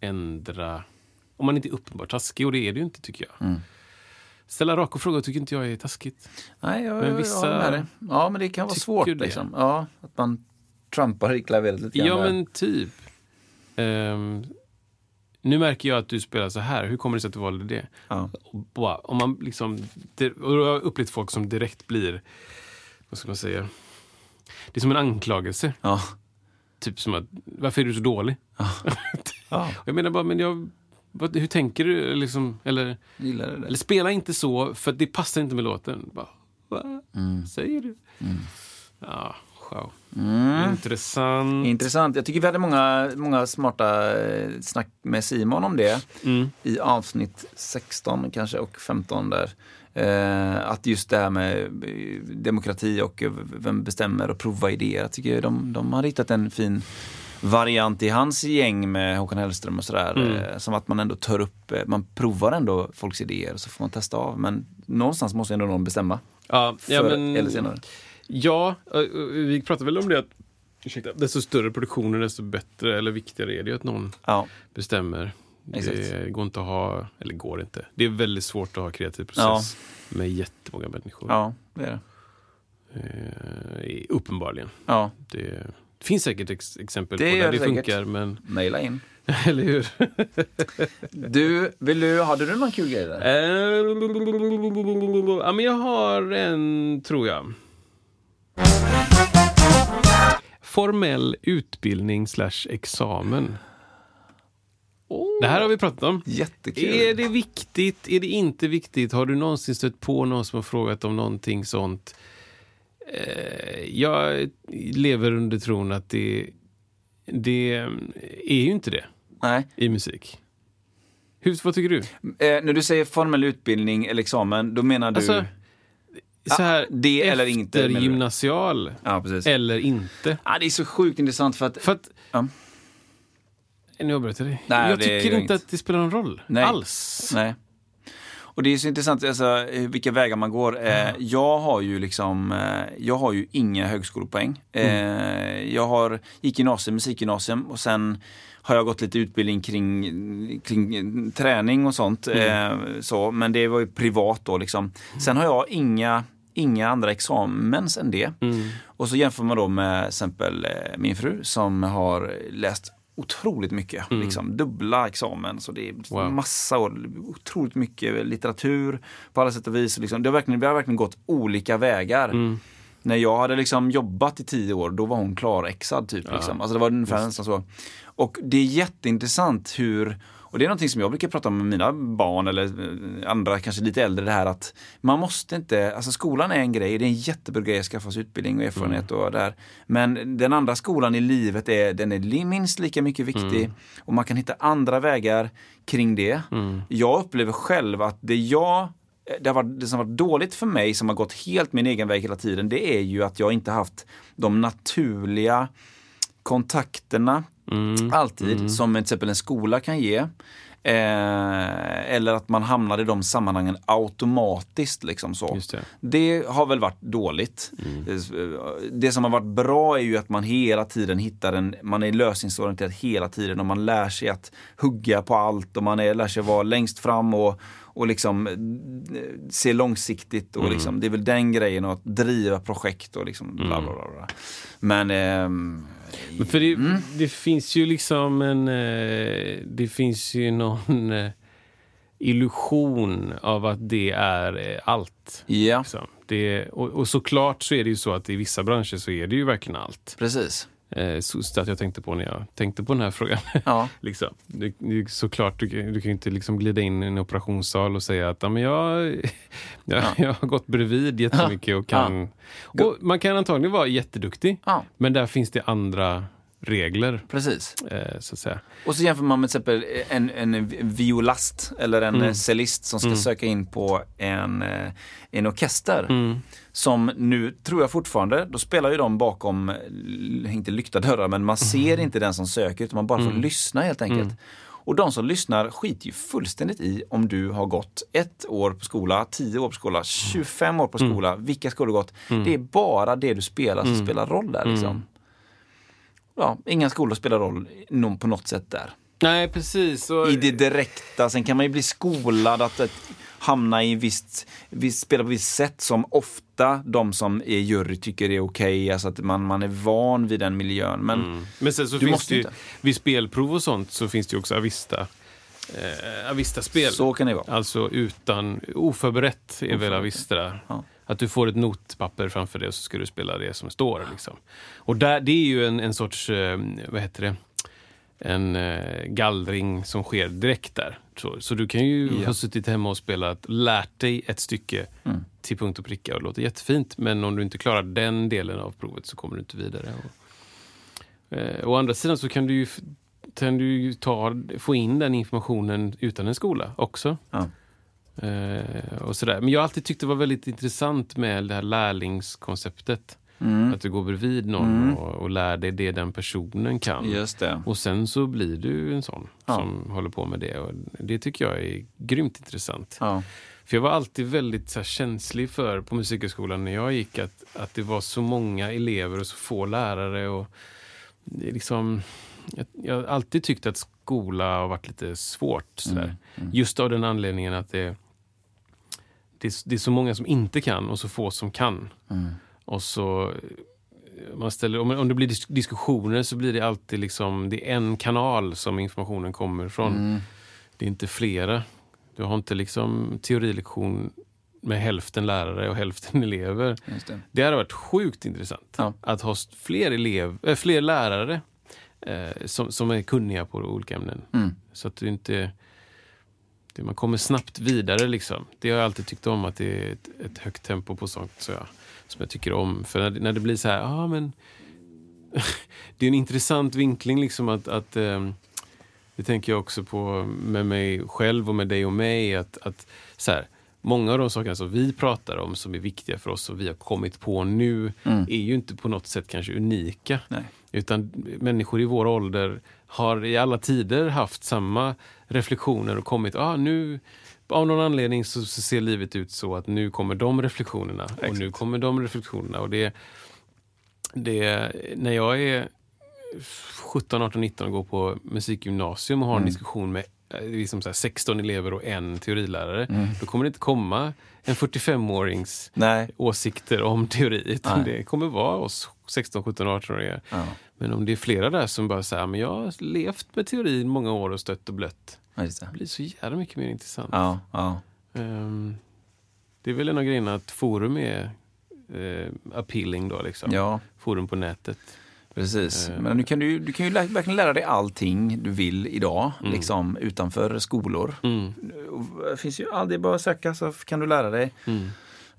ändra. Om man inte är uppenbart taskig, och det är det ju inte tycker jag. Ställa raka frågor tycker inte jag är taskigt. Nej, jag, Men men vissa vissa jag håller med dig. Ja, men det kan vara tycker svårt det. liksom. Ja, att man trampar i klaveret lite grann. Ja, där. men typ. Ehm, nu märker jag att du spelar så här. Hur kommer det sig att du valde det? Ja. Och bara, om man liksom, det- och jag har upplevt folk som direkt blir, vad ska man säga? Det är som en anklagelse. Ja. Typ som att, varför är du så dålig? ja, Och Jag menar bara, men jag, vad, hur tänker du? Liksom, eller, jag gillar det. eller spela inte så, för att det passar inte med låten. Bara, va? Mm. Säger du? Ja, wow. Mm. Intressant. Intressant. Jag tycker vi hade många, många smarta eh, snack med Simon om det Mm. i avsnitt 16 kanske och 15 där. Eh, att just det här med eh, demokrati och eh, vem bestämmer och prova idéer. Jag tycker de, de har hittat en fin variant i hans gäng med Håkan Hellström och sådär. Mm. Eh, som att man ändå tar upp, eh, man provar ändå folks idéer och så får man testa av. Men någonstans måste ändå någon bestämma. Ja, ja, Förr men, eller senare. Ja, ö- ö- vi pratade väl om det att ursäkta, desto större produktioner desto bättre eller viktigare är det ju att någon Ja, bestämmer. Det Exakt. går inte att ha, eller går inte. Det är väldigt svårt att ha kreativ process med jättemånga människor. ja det är det. Eh, uppenbarligen. Ja, Det finns säkert ex- exempel Det på gör där det det säkert. funkar, men... mejla in. Eller hur? Du, vill du, hade du någon kul grej där? Eh, ja, men jag har en, tror jag. Formell utbildning slash examen. Oh. Det här har vi pratat om. Jättekul. Är det viktigt? Är det inte viktigt? Har du någonsin stött på någon som har frågat om någonting sånt? Eh, Jag lever under tron att det, det är ju inte det Nej. i musik. Hur, vad tycker du? Eh, när du säger formell utbildning eller examen, då menar du... Alltså, så här, Ah, det eller inte, menar du? eftergymnasial ja, precis. eller inte. ah, det är så sjukt intressant för att... För att, Ja. nu avbröt jag dig. Nej, jag det tycker gör inte inget. att det spelar någon roll Nej. alls. Nej. Och det är så intressant alltså, eh, vilka vägar man går. Eh, jag har ju liksom, eh, jag har ju inga högskolepoäng. Eh, Mm. Jag har, gick gymnasium, musikgymnasium och sen har jag gått lite utbildning kring, kring eh, träning och sånt. Mm. Eh, så, men det var ju privat då liksom. Sen har jag inga inga andra examens än det. Mm. Och så jämför man då med till exempel eh, min fru som har läst otroligt mycket. Liksom, dubbla examen. Så det är Mm. Wow. massa år, otroligt mycket litteratur på alla sätt och vis. Liksom, det har verkligen, vi har verkligen gått olika vägar. När jag hade liksom jobbat i tio år, då var hon klarexad. Typ, liksom. alltså, det var ungefär nästan så. Och det är jätteintressant hur Och det är någonting som jag brukar prata om med mina barn eller eh, andra kanske lite äldre det här att man måste inte, alltså skolan är en grej, det är en jättebra grej att skaffa sig utbildning och erfarenhet och där. Men den andra skolan i livet är, den är li- minst lika mycket viktig Mm. och man kan hitta andra vägar kring det. Mm. Jag upplever själv att det jag det, har varit, det som har varit dåligt för mig, som har gått helt min egen väg hela tiden, det är ju att jag inte haft de naturliga kontakterna Mm. alltid, som till exempel en skola kan ge. Eh, eller att man hamnar i de sammanhangen automatiskt. Liksom så. Just det. Det har väl varit dåligt. Eh, Det som har varit bra är ju att man hela tiden hittar en, man är lösningsorienterad hela tiden och man lär sig att hugga på allt och man är, lär sig vara längst fram och, och liksom eh, se långsiktigt. Och liksom, det är väl den grejen och att driva projekt och liksom bla bla bla. bla. Men ehm, Men För det, det finns ju liksom en... eh, Det finns ju någon eh, illusion av att det är eh, allt. ja, Liksom. Det, och, och såklart så är det ju så att i vissa branscher så är det ju verkligen allt. precis. Eh, så så att jag tänkte på när jag tänkte på den här frågan. Ja. liksom. det, det, är såklart, du, kan- du kan ju inte liksom glida in i en operationssal och säga att "Ja, men jag, jag, jag har gått bredvid jättemycket och kan... Och man kan antagligen vara jätteduktig, Ja. men där finns det andra regler. Precis. Eh, så att säga. Och så jämför man med till exempel en, en violast eller en mm. cellist som ska söka in på en, eh, en orkester. Som nu, tror jag fortfarande, då spelar ju de bakom, eh, l- inte lyckta dörrar, men man ser inte den som söker utan man bara får lyssna helt enkelt. Och de som lyssnar skiter ju fullständigt i om du har gått ett år på skola, tio år på skola, 25 år på skola, vilka skolor du gått. Det är bara det du spelar som spelar roll där. Liksom. Ja, inga skolor spelar roll eh, någon- på något sätt där. Nej, precis. I det direkta, sen kan man ju bli skolad att, att hamna i visst, visst, spela på visst sätt som ofta de som är jury tycker är okej, alltså att man, man är van vid den miljön. Men Men sen så Du finns måste det ju, inte. vid spelprov och sånt så finns det ju också Avista. Eh, Avista-spel. så kan det vara. Alltså utan, oförberett är väl Avista. Ja. Att du får ett notpapper framför dig och så ska du spela det som står. Liksom. Och där, det är ju en, en sorts, eh, vad heter det, en eh, gallring som sker direkt där. Så, så du kan ju ha suttit hemma och spelat, lärt dig ett stycke till punkt och pricka och det låter jättefint. Men om du inte klarar den delen av provet så kommer du inte vidare. Och, eh, å andra sidan så kan du ju, f- kan du ju ta, få in den informationen utan en skola också. Ja. Eh, och sådär. Men jag har alltid tyckt det var väldigt intressant med det här lärlingskonceptet. Mm. Att du går bredvid någon och, och lär dig det den personen kan. Just det. Och sen så blir du en sån som håller på med det. Och det tycker jag är grymt intressant. Ja. För jag var alltid väldigt så här, känslig för, på musikhögskolan när jag gick, att, att det var så många elever och så få lärare. Och det är liksom, jag, jag har alltid tyckt att skola har varit lite svårt. Så där. Just av den anledningen att det, det, är, s- det är så många som inte kan och så få som kan. Och så man ställer, om, om det blir dis- diskussioner så blir det alltid liksom, det är en kanal som informationen kommer från. Det är inte flera. Du har inte liksom teorilektion med hälften lärare och hälften elever. Just det. Det hade varit sjukt intressant Ja. att ha st- fler, elev, äh, fler lärare eh, som, som är kunniga på olika ämnen. Mm. Så att du inte... Det, man kommer snabbt vidare. Liksom. Det har jag alltid tyckt om, att det är ett, ett högt tempo på sånt så jag, som jag tycker om. För när, det- när det blir så här, ah, men... det är en intressant vinkling liksom att... att ehm, det tänker jag också på med mig själv och med dig och mig. Att, att, så här, många av de sakerna som vi pratar om som är viktiga för oss och vi har kommit på nu är ju inte på något sätt kanske unika. Nej. Utan människor i vår ålder har i alla tider haft samma reflektioner och kommit, ah, nu av någon anledning så, så ser livet ut så att nu kommer de reflektionerna och nu kommer de reflektionerna. Och det, det, när jag är 17, 18, 19 och går på musikgymnasium och har en Mm. diskussion med eh, liksom så här 16 elever och en teorilärare, då kommer det inte komma en 45-årings Mm. Nej. åsikter om teori. Utan Nej. det kommer vara oss 16, 17, 18-åringar. Ja. Men om det är flera där som bara säger men jag har levt med teorin många år och stött och blött. Ja, just det. Det blir så jävla mycket mer intressant. Ja, ja. Ehm, det är väl en av grejerna att forum är eh, appealing då liksom. ja. Forum på nätet. Precis. Men nu kan du, du kan ju lä- verkligen lära dig allting du vill idag, liksom utanför skolor. Mm. Det finns ju all- det är bara att söka så kan du lära dig.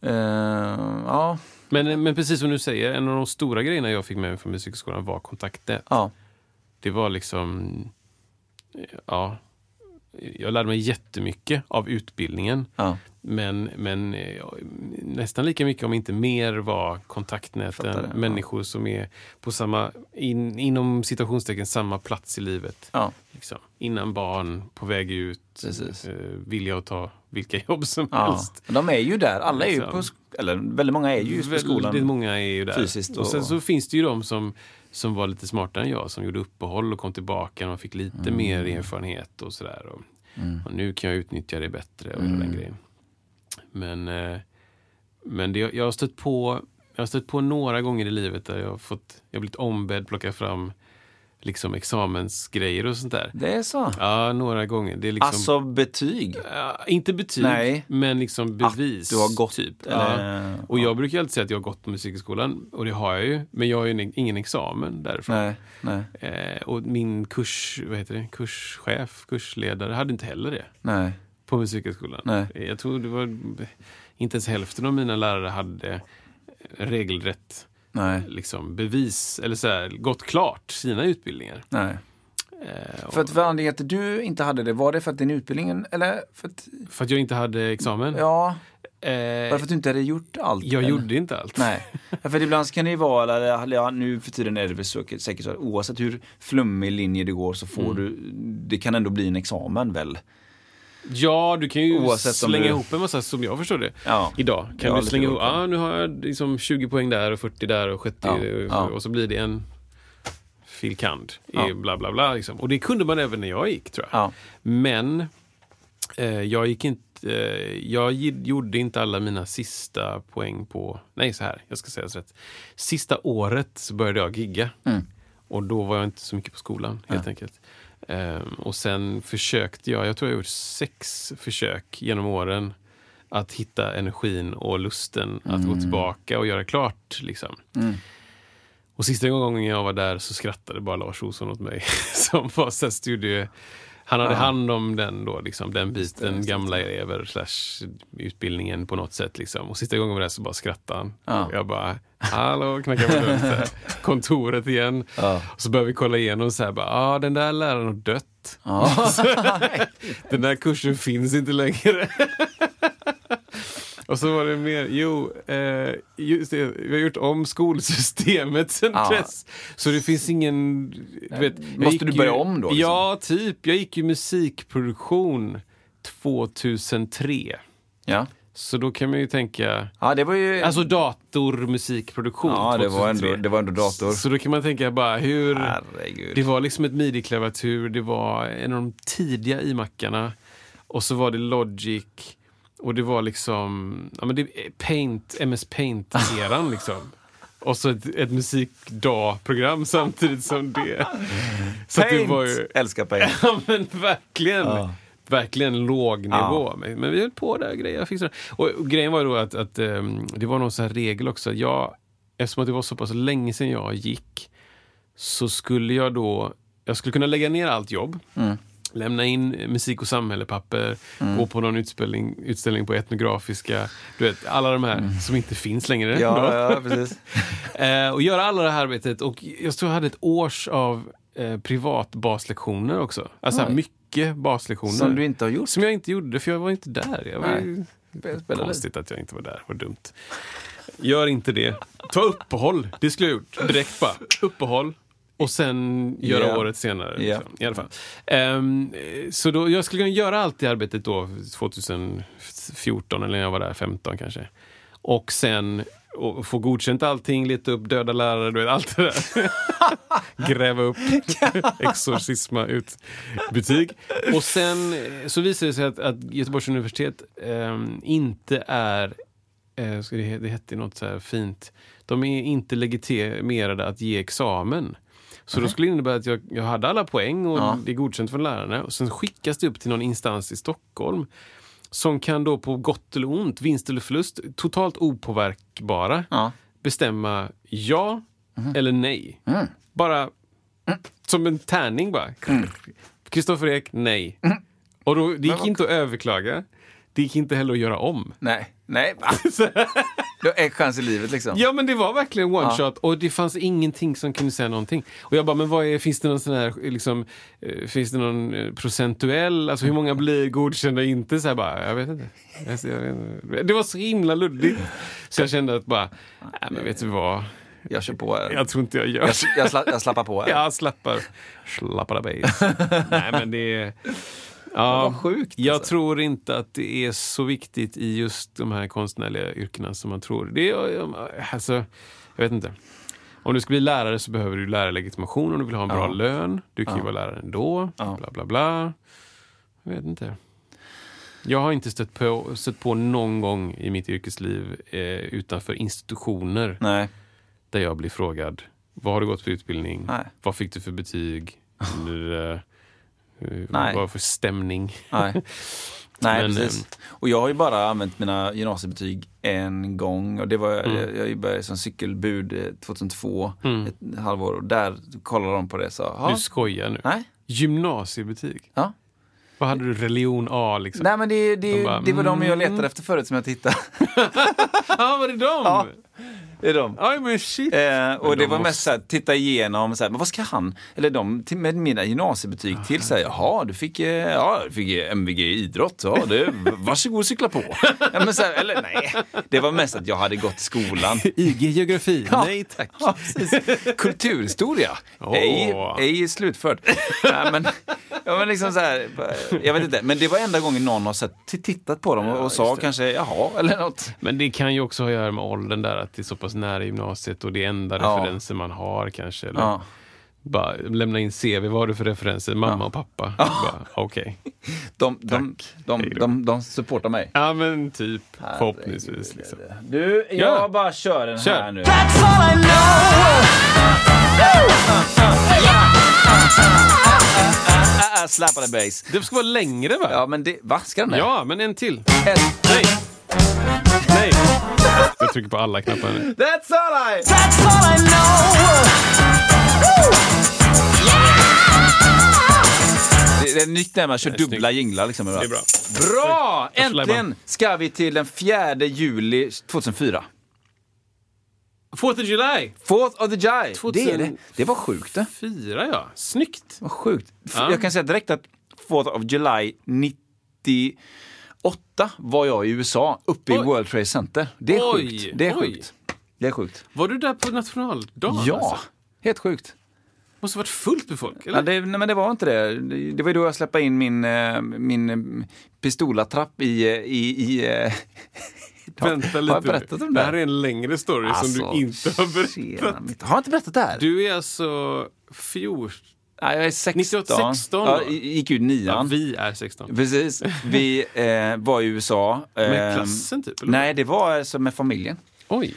Eh, ja, Men, men precis som du säger, en av de stora grejerna jag fick med mig från musikskolan var kontakter. ja. Det var liksom... Ja. Jag lärde mig jättemycket av utbildningen. ja. Men, men eh, nästan lika mycket, om inte mer, var kontaktnäten. Fattar det, ja. Människor som är på samma, in, inom citationstecken, samma plats i livet. ja. Liksom. Innan barn, på väg ut, Precis. eh, vilja att ta vilka jobb som Ja. helst. De är ju där. Alla är ju Liksom. på sk- eller väldigt många är ju just på Väldigt skolan. många är ju där. Fysiskt och sen och- så finns det ju de som, som var lite smartare än jag, som gjorde uppehåll och kom tillbaka och fick lite Mm. mer erfarenhet och sådär. Och, och nu kan jag utnyttja det bättre och hela Mm. den grejen. Men, eh, men det, jag har stött på jag har stött på några gånger i livet där jag har, fått, jag har blivit ombedd plocka fram liksom examensgrejer och sånt där. Det är så. Ja, liksom. några gånger. Det är liksom, Alltså betyg. Ja, Eh, inte betyg, Nej. men liksom bevis. du har gått, Typ. eller- Ja. Och jag brukar ju alltid säga att jag har gått musikskolan, och det har jag ju. Men jag har ju en- ingen examen därifrån. Nej, nej, Eh, och min kurs, vad heter det? kurschef, kursledare, hade inte heller det nej. på musikskolan. Nej. Eh, Jag tror det var inte ens hälften av mina lärare hade eh, regelrätt nej. liksom, bevis, eller så här, gått klart sina utbildningar. Nej. Eh, och, För att anledningen till att du inte hade det, var det för att din utbildning, eller? För att, för att jag inte hade examen? ja, Eh, varför att du inte hade gjort allt? jag eller? gjorde inte allt. Nej, ja, för ibland så kan det ju vara, eller ja, nu för tiden är det väl säkert säkert så att oavsett hur flummig linje det går så får Mm. du, det kan ändå bli en examen väl? Ja, du kan ju Oavsett om slänga du- ihop en massa, som jag förstår det, Ja. idag. Ja, Kan du lite slänga ihop, olika. ah, nu har jag liksom 20 poäng där och 40 där och 70 Ja, eh, ja. och så blir det en filkand i Ja. bla bla bla. Liksom. Och det kunde man även när jag gick tror jag. Ja. Men eh, jag gick inte, eh, jag gi- gjorde inte alla mina sista poäng på, nej så här, jag ska säga så rätt. Sista året så började jag gigga. Mm. Och då var jag inte så mycket på skolan helt enkelt. Ehm, och sen försökte jag, jag tror jag har gjort sex försök genom åren att hitta energin och lusten att Mm. gå tillbaka och göra klart. Liksom. Och sista gången jag var där så skrattade bara Lars Olsson åt mig. som var så här studie... Han hade hand om den då, liksom, den biten, gamla elever slash utbildningen på något sätt. Liksom. Och sista gången jag var där så bara skrattade han. Ja. Och Jag bara, hallå, knackar på dörren. så här. Kontoret igen. Och så började vi kolla igenom så här, bara, ah, den där läraren har dött. den där kursen finns inte längre. Och så var det mer, jo, eh, just det, vi har gjort om skolsystemet sen Ja. dess. Så det finns ingen... Du vet, jag Ah. Måste gick du börja ju, om då, liksom? Ja, typ. Jag gick ju musikproduktion 2003. Ja. Så då kan man ju tänka... ja, det var ju... Alltså datormusikproduktion ja, det var, ändå, 2003. det var ändå dator. Så då kan man tänka bara hur... Herregud. Det var liksom ett midi-klaviatur, det var en av de tidiga iMacarna och så var det Logic och det var liksom ja, men det, Paint, MS Paint-eran liksom. Och så ett, ett musikdag-program samtidigt som det. Så att det Paint! var ju, Älskar Paint. ja men verkligen. Verkligen låg nivå. Ja. Men, men vi höll på där grejer. Jag fixade. det. Och, och grejen var ju då att, att ehm, det var någon sån här regel också. Jag, eftersom att det var så pass länge sedan jag gick så skulle jag då... Jag skulle kunna lägga ner allt jobb. Mm. Lämna in eh, musik och samhällepapper, gå på någon utställning, utställning på Etnografiska. Du vet, alla de här som inte finns längre. då. Mm. Ja, ja, precis. Eh, och göra alla det här arbetet. Och jag tror jag hade ett års av eh, privat baslektioner också. Alltså mycket baslektioner. Som du inte har gjort. Som jag inte gjorde, för jag var inte där. Jag var Nej. ju... Spelade. Konstigt att jag inte var där, vad dumt. Gör inte det. Ta uppehåll, det skulle jag gjort. Direkt bara, uppehåll. Och sen göra Ja. året senare. Ja. Liksom, I alla fall. Ehm, eh, så då, jag skulle kunna göra allt det arbetet då, 2014 eller när jag var där, 15 kanske. Och sen och få godkänt allting, leta upp döda lärare, du vet allt det där. Gräva upp, exorcisma ut butik. Och sen eh, så visade det sig att, att Göteborgs universitet ehm, inte är eh, ska det, he- det hette något så här fint. De är inte legitimerade att ge examen. Så då skulle det innebära att jag, jag hade alla poäng och det är godkänt från lärarna. Och sen skickas det upp till någon instans i Stockholm som kan då på gott eller ont, vinst eller förlust, totalt opåverkbara Ja. bestämma ja, eller nej. Bara som en tärning bara. Kristoffer Ek, nej. Och då, det gick inte att överklaga. Det gick inte heller att göra om. Nej, nej. va? Du har en chans i livet liksom. Ja men det var verkligen one shot och det fanns ingenting som kunde säga någonting. Och jag bara, men vad är, finns det någon sån här, liksom, eh, finns det någon eh, procentuell, alltså hur många blir godkända och inte? Så här bara, jag vet inte. Jag ser- jag vet inte. Det var så himla luddigt. Så jag kände att bara, nej men vet du vad, Jag kör på. här. jag tror inte jag gör Jag, jag, sla, jag slappar på. Här. jag slappar. Slappar dig. Nej, men det är... Ja, Vad sjukt, Jag alltså. tror inte att det är så viktigt i just de här konstnärliga yrkena som man tror. Det är, alltså, jag vet inte. Om du ska bli lärare så behöver du lärarlegitimation om du vill ha en bra Ja. lön. Du kan ju vara lärare ändå. Ja. Bla, bla, bla. Jag vet inte. Jag har inte stött på, stött på någon gång i mitt yrkesliv eh, utanför institutioner Nej. där jag blir frågad vad har du gått för utbildning? Nej. Vad fick du för betyg? Eller, eh, hur- Nej. Vad var det för stämning? Nej, Nej Men, precis. ehm, Och jag har ju bara använt mina gymnasiebetyg en gång. Och det var, Mm. jag, jag började som cykelbud eh, 2002, ett halvår. Och där kollade de på det och sa, "Ja, Du skojar nu. nej. Gymnasiebetyg. Ja. Vad hade du? Religion A liksom? Nej men det, det, De bara, det var de jag mm. letade efter förut som jag tittade. Ja, var det dem? Ja. det är de. Aj, men shit. Eh, och Men det de var måste- mest såhär, titta igenom, såhär, men vad ska han, eller de, till, med mina gymnasiebetyg till, såhär, jaha, du fick, eh, ja, du fick eh, MVG i idrott, ja, det, varsågod och cykla på. ja, men såhär, eller nej, det var mest att jag hade gått i skolan. IG geografi? Ja. Nej tack. Ja, precis. Kulturhistoria. Åh. Ej, ej slutförd. Nej, men, ja, men liksom så här, jag vet inte, men det var enda gången någon har sett, tittat på dem och, och sa kanske jaha eller något. Men det kan ju också ha att göra med åldern där, att det är så pass nära gymnasiet och det är enda Ja. referenser man har kanske. Eller Ja. bara lämna in CV, vad har du för referenser? Mamma och pappa. Bara, Okej. De, de, de, de, de, supportar mig. Ja men typ, förhoppningsvis. Liksom. Du, jag Ja. bara kör den Kör. här nu. Ah, ah, Slap on the bass. Det ska vara längre va? Ja, men det, va? Ska den det? Ja, men en till. Ett- Nej! Nej! Jag trycker på alla knappar nu. That's all I... Det det är nytt när man kör dubbla jinglar. Liksom, Det är bra. Bra! Varsågod, Äntligen Laban. ska vi till den 4 juli 2004. Fourth of July! Fourth of the Jai. Det, är 2000. det. det var sjukt det. Fyra ja, snyggt! Vad sjukt. F- Ja. Jag kan säga direkt att Fourth of July 98 var jag i USA, uppe i Oj. World Trade Center. Det är Oj, sjukt. Det är oj. sjukt. Det är sjukt. Var du där på nationaldagen? Ja, Alltså? helt sjukt. Måste ha varit fullt med folk, eller? Ja, det, nej, men det var inte det. Det- Det var ju då jag släppte in min, eh, min eh, pistolattrapp i... eh, i, i eh, Vänta lite Har jag nu. berättat om det? Alltså, det här är en längre story som du inte har tjena berättat. mitt- Har jag inte berättat det här? Du är alltså 14... nej, jag är 16. 1916 ja, då? i- gick ut Ja, nian. vi är 16. Precis. Vi eh, var i USA. Med eh, klassen typ? Eller? Nej, det var alltså med familjen. Oj.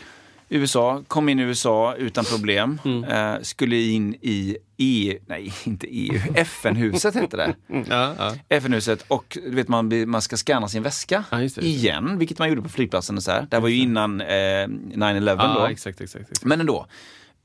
USA, kom in i USA utan problem. Mm. Eh, skulle in i EU, nej inte E, EU, FN-huset hette det. Ja, ja. FN-huset och du vet man, blir- man ska scanna sin väska Ja, just det, just igen, vilket man gjorde på flygplatsen och så här. Det här var ju innan eh, 9-11 då. Ah, exakt, exakt, exakt. Men ändå.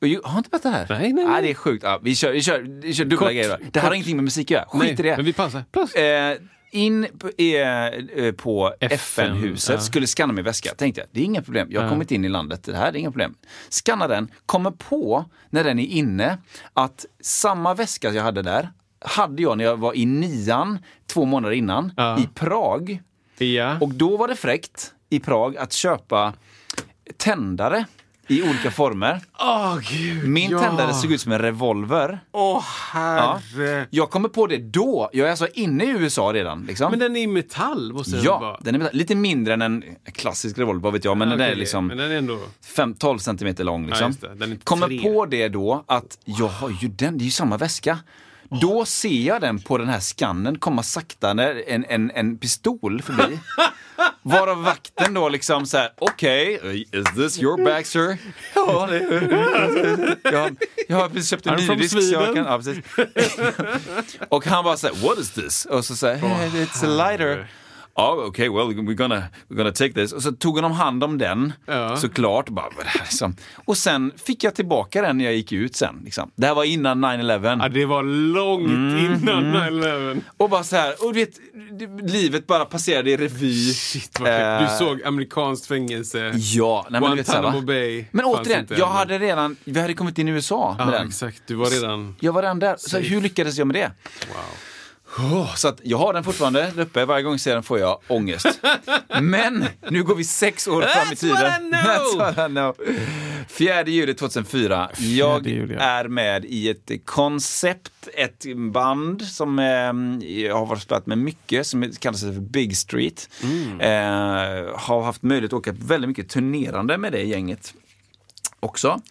Och ju- Har jag inte berättat det här? Nej, nej, Ah, nej. det är sjukt. Ja, vi kör, vi kör, vi kör dubbla Kort, grejer. då. Det här har kort. ingenting med musik att göra. Skit Nej, i det. Men vi pausar. Paus. Eh, in på, eh, eh, på FN, FN-huset, ja. skulle scanna min väska. Tänkte jag, det är inga problem. Jag har kommit in i landet, det här är inga problem. Scanna den, kommer på när den är inne att samma väska jag hade där hade jag när jag var i nian, två månader innan, Ja. i Prag. Ja. Och då var det fräckt i Prag att köpa tändare i olika former. Åh gud! Min ja. tändare såg ut som en revolver. Åh Ja. herre! Jag kommer på det då. Jag är alltså inne i USA redan. Liksom. Men den är i metall måste den Ja, vara. den är lite mindre än en klassisk revolver, vad vet jag, men Ja, den är okej, Men liksom den är ändå... fem, 12 centimeter lång. Ja, Liksom. just det. Den är Kommer tre. på det då att jag har ju den, det är ju samma väska. Då ser jag den på den här skannen komma sakta när en, en, en pistol förbi. Varav vakten då liksom så här: okej, is this your bag sir? Ja, det jag, har- jag har precis köpt en I'm ny from disk så jag Sweden. kan, ja, precis. Och han bara såhär, what is this? Och så säger "Eh, it's a lighter. ja okej, well we're gonna, we're gonna take this. Och så tog han om hand om den, såklart. Bara, "Vad är det här?" liksom. Och sen fick jag tillbaka den när jag gick ut sen. Liksom. Det här var innan 9-11. Ja, det var långt Mm, innan 9-11. Och bara så här, och du vet, livet bara passerade i revy. Shit, vad Eh, sjukt. Du såg amerikanskt fängelse. Ja, nej, men, du vet, så här, va? Guantanamo Bay men fanns återigen, inte jag än. hade redan, vi hade kommit in i USA med Ja, den. exakt. Du var redan... Mm. Jag var redan där, så hur lyckades jag med det? Åh, så att jag har den fortfarande där uppe, varje gång jag ser den får jag ångest. men nu går vi sex år fram i That's what tiden. I know. what I know! 4 juli 2004. Jag juli, ja. är med i ett koncept, ett band som eh, jag har varit spelat med mycket, som kallas för Big Street. Mm. Eh, har haft möjlighet att åka väldigt mycket turnerande med det gänget också.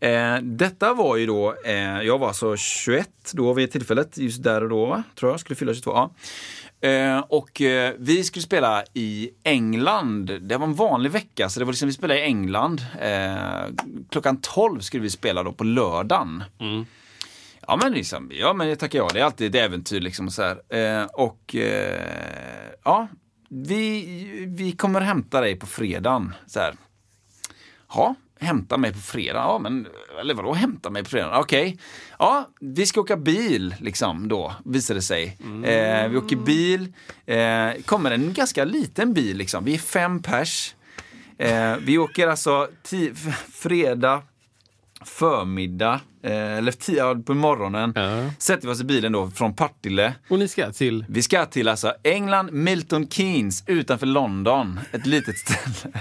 Eh, detta var ju då, eh, jag var alltså 21 då vid tillfället, just där och då, va? tror jag, skulle fylla 22. Ja. Eh, och eh, vi skulle spela i England. Det var en vanlig vecka, så det var liksom, vi spelade i England. Eh, klockan 12 skulle vi spela då på lördagen. Ja men liksom, ja men det tackar jag. Det är alltid ett äventyr liksom och så här. Eh, och eh, ja, vi, vi kommer hämta dig på fredagen. Så här. Ja, hämta mig på fredag. Ja, men, eller vadå hämta mig på fredag? Okej. Ja, vi ska åka bil liksom då, visar det sig. Eh, vi åker bil. Eh, kommer en ganska liten bil liksom. Vi är fem pers. Eh, vi åker alltså ti- f- fredag förmiddag, eh, eller tio på morgonen, Ja. sätter vi oss i bilen då från Partille. Och ni ska till... Vi ska till alltså England, Milton Keynes utanför London. Ett litet ställe.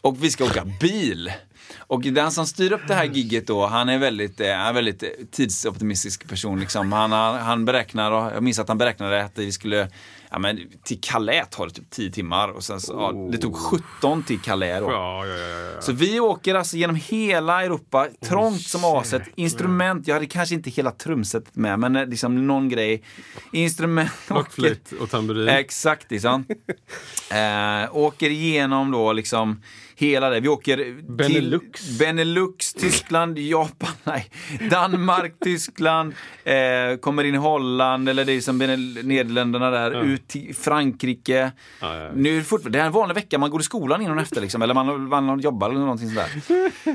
Och vi ska åka bil. Och den som styr upp det här gigget då, han är väldigt, eh, han är väldigt eh, tidsoptimistisk person. Liksom. Han, han, han beräknar, och jag minns att han beräknade att vi skulle Ja, men till Calais tar det typ 10 timmar och sen så, ja, det tog 17 till Calais då. Ja, ja, ja. ja. Så vi åker alltså genom hela Europa, trångt som aset. Instrument, jag hade kanske inte hela trumsetet med, men eh, liksom någon grej. Instrument. Blockflöjt och tamburin. Exakt, liksom. eh, åker igenom då liksom hela det. Vi åker Benelux. till Benelux, Tyskland, Japan, nej. Danmark, Tyskland, eh, kommer in i Holland eller det är som Benel- Nederländerna där, ut till Frankrike. Ja, ja, ja. Nu är det fortfarande, det här är en vanlig vecka, man går i skolan innan och efter liksom, eller man, man jobbar eller någonting sådär.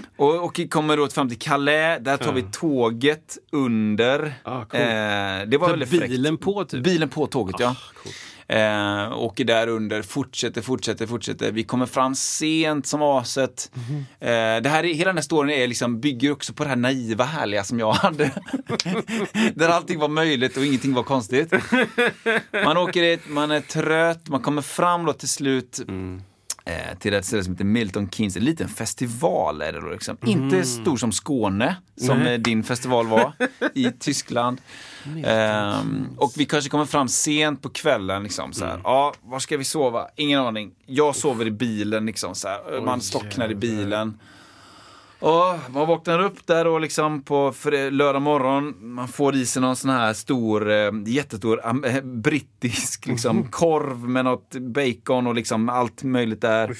Och, och kommer då fram till Calais, där tar vi tåget under. Ah, coolt. eh, det Ta var väldigt fräckt. bilen på typ. Bilen på tåget, ja. Eh, åker där under, fortsätter, fortsätter, fortsätter. Vi kommer fram sent som aset. Eh, det här, är- hela den här storyn är liksom, bygger också på det här naiva härliga som jag hade. Där allting var möjligt och ingenting var konstigt. Man åker dit, man är trött, man kommer fram då till slut eh, till ett ställe som heter Milton Keynes. En liten festival är det då. Liksom. Inte stor som Skåne, som eh, din festival var i Tyskland. Ehm, och vi kanske kommer fram sent på kvällen. Liksom, så här. Ja, var ska vi sova? Ingen aning. Jag sover i bilen. Liksom, så här. Man slocknar i bilen. Ja, man vaknar upp där och liksom på fre- lördag morgon, man får i sig någon sån här stor, eh, jättestor am- eh, brittisk liksom, korv med något bacon och liksom allt möjligt där.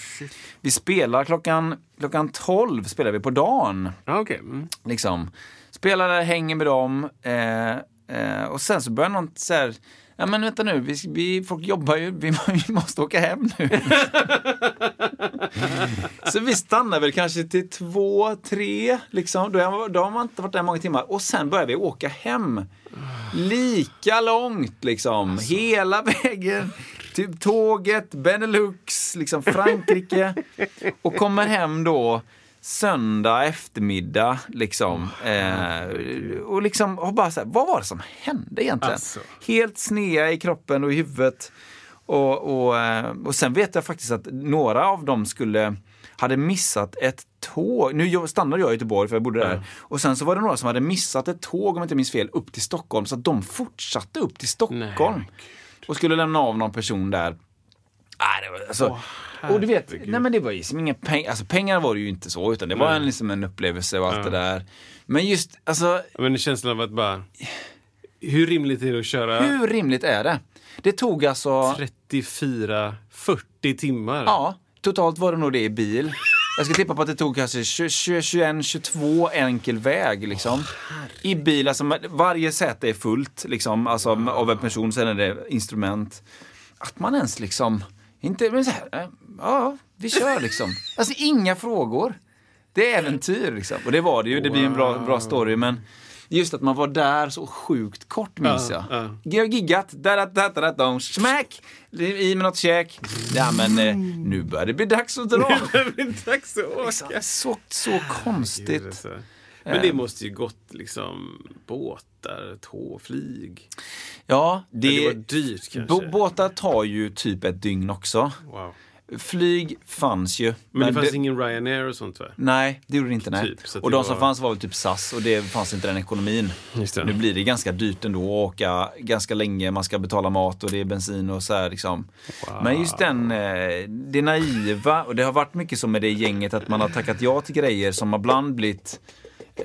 Vi spelar klockan, klockan 12 spelar vi på dagen. Ja, okej. Mm. Liksom. Spelar där, hänger med dem eh, eh, och sen så börjar någon så här, ja men vänta nu, vi, vi, folk jobbar ju, vi, vi måste åka hem nu. Så vi stannar väl kanske till två, tre, liksom. då, är- då har man inte varit där många timmar. Och sen börjar vi åka hem. Lika långt liksom, hela vägen. Typ tåget, Benelux, liksom Frankrike. Och kommer hem då söndag eftermiddag liksom. Eh, och liksom, och bara så här, vad var det som hände egentligen? Alltså. Helt snea i kroppen och i huvudet. Och, och, eh, och sen vet jag faktiskt att några av dem skulle hade missat ett tåg. Nu jag- stannade jag i Göteborg för jag bodde där. Och sen så var det några som hade missat ett tåg, om jag inte minns fel, upp till Stockholm. Så att de fortsatte upp till Stockholm. Nej, och skulle lämna av någon person där. Nej, det var, alltså, och du vet, nej, men det var ju liksom inga pengar. Alltså, pengar var det ju inte så, utan det var en, liksom en upplevelse och allt det där. Men just, alltså, Men känslan av att bara... Hur rimligt är det att köra hur rimligt är det? Det tog alltså... 34, 40 timmar? Ja, totalt var det nog det i bil. Jag ska tippa på att det tog kanske 20, 20, 21, 22 enkel väg liksom. I bil, alltså varje säte är fullt liksom, alltså, av en person, sen är det instrument. att man ens liksom, inte, men så här, eh, ja, vi kör liksom. Alltså inga frågor. Det är äventyr liksom. Och det var det ju, det blir en bra, bra story men just att man var där så sjukt kort minns Ja, jag. ja. Jag har giggat, da-da-da-da-da-dong, smack! I med något käk. Ja men eh, nu börjar det bli dags att dra. Tack så Liksom, Så, så konstigt. Men Ehm. det måste ju gått liksom båtar, tåg, flyg. Ja, det, Det var dyrt kanske. Bå- Båtar tar ju typ ett dygn också. wow. Flyg fanns ju. Men, det fanns det- ingen Ryanair och sånt va? Nej, det gjorde det inte. Nej. Typ, så att och det de var- som fanns var väl typ SAS och det fanns inte den ekonomin. Just det. Nu blir det ganska dyrt ändå att åka ganska länge. Man ska betala mat och det är bensin och så här liksom. Men just den, eh, det naiva och det har varit mycket så med det gänget att man har tackat ja till grejer som har ibland blivit eh,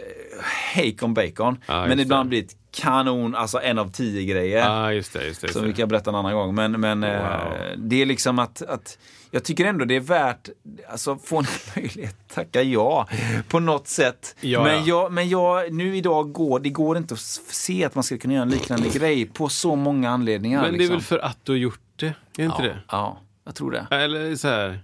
hejkon bacon. Ja, men just ibland det. blivit kanon, alltså en av tio grejer. Ja, ah, just det. Just det, just Som vi det. kan berätta en annan gång. Men, men eh, det är liksom att, att jag tycker ändå det är värt, alltså få en möjlighet att tacka ja på något sätt. Ja, men ja. jag, men jag, nu idag går det går inte att s- se att man skulle kunna göra en liknande grej på så många anledningar. Men det är liksom. väl för att du har gjort det? Är det inte det? Ja, jag tror det. Eller så här.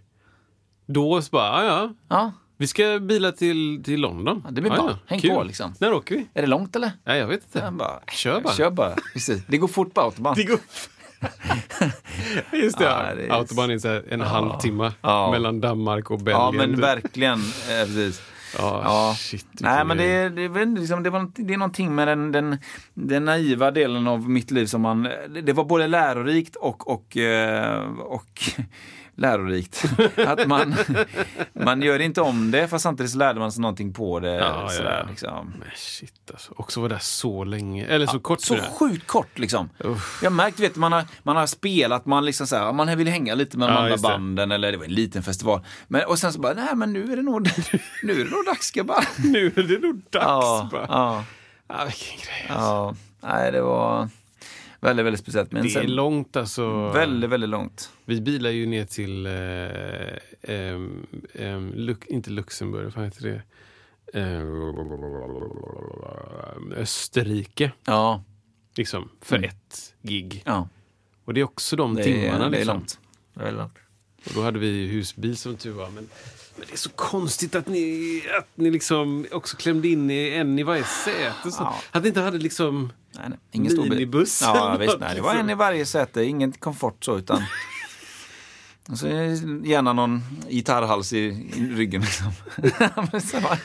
Då så bara, ah, ja, Ja. vi ska bila till, till London. Ja, det blir bra. Häng på, liksom. När åker vi? Är det långt eller? Nej, jag vet inte. Jag bara, Kör bara. Kör bara. Precis. Det går fort på autobahn. Det går... Just det. Ja, det är- Autobahn är så här en halvtimme Ja. mellan Danmark och Belgien. Ja men typ. verkligen. Eh, precis. Ja, shit, vilken Nej men det, grej. är- det, är väl liksom, det, var, det är någonting med den, den, den naiva delen av mitt liv som man, det det var både lärorikt och, och, eh, och lärorikt. Att man, man gör inte om det fast samtidigt så lärde man sig någonting på det. ja, sådär, ja. Liksom. Men shit alltså. Också var där så länge. Eller så kort. Så tror jag. sjukt kort liksom. Jag har märkt, vet, man, har, man har spelat, man, liksom så här, man vill hänga lite med de Ja, andra just det. banden eller det var en liten festival. Men, och sen så bara, nej men nu är det nog, nu är det nog dags grabbar. Nu är det nog dags Ja, bara. ja, Ah, vilken grej. ja. Nej, det var väldigt, väldigt speciellt. Men Det är sen, långt alltså. Väldigt, väldigt långt. Vi bilar ju ner till, eh, ehm, ehm, Lux- inte Luxemburg, vad fan heter det? Eh, Österrike, Ja, liksom, för ett gig. ja. Och det är också de Mm. Det timmarna. är, det är liksom. långt. Det är väldigt långt. Och då hade vi husbil som tur var. Men, men det är så konstigt att ni, att ni liksom också klämde in i, en i varje säte. Så, Ja. Att ni inte hade liksom... Nej, nej. Ingen stor bil. Minibuss eller Ja, något, visst. Nej, det var liksom. en i varje säte. Ingen komfort så, utan... Och så gärna någon gitarrhals i, i ryggen liksom. Men så bara-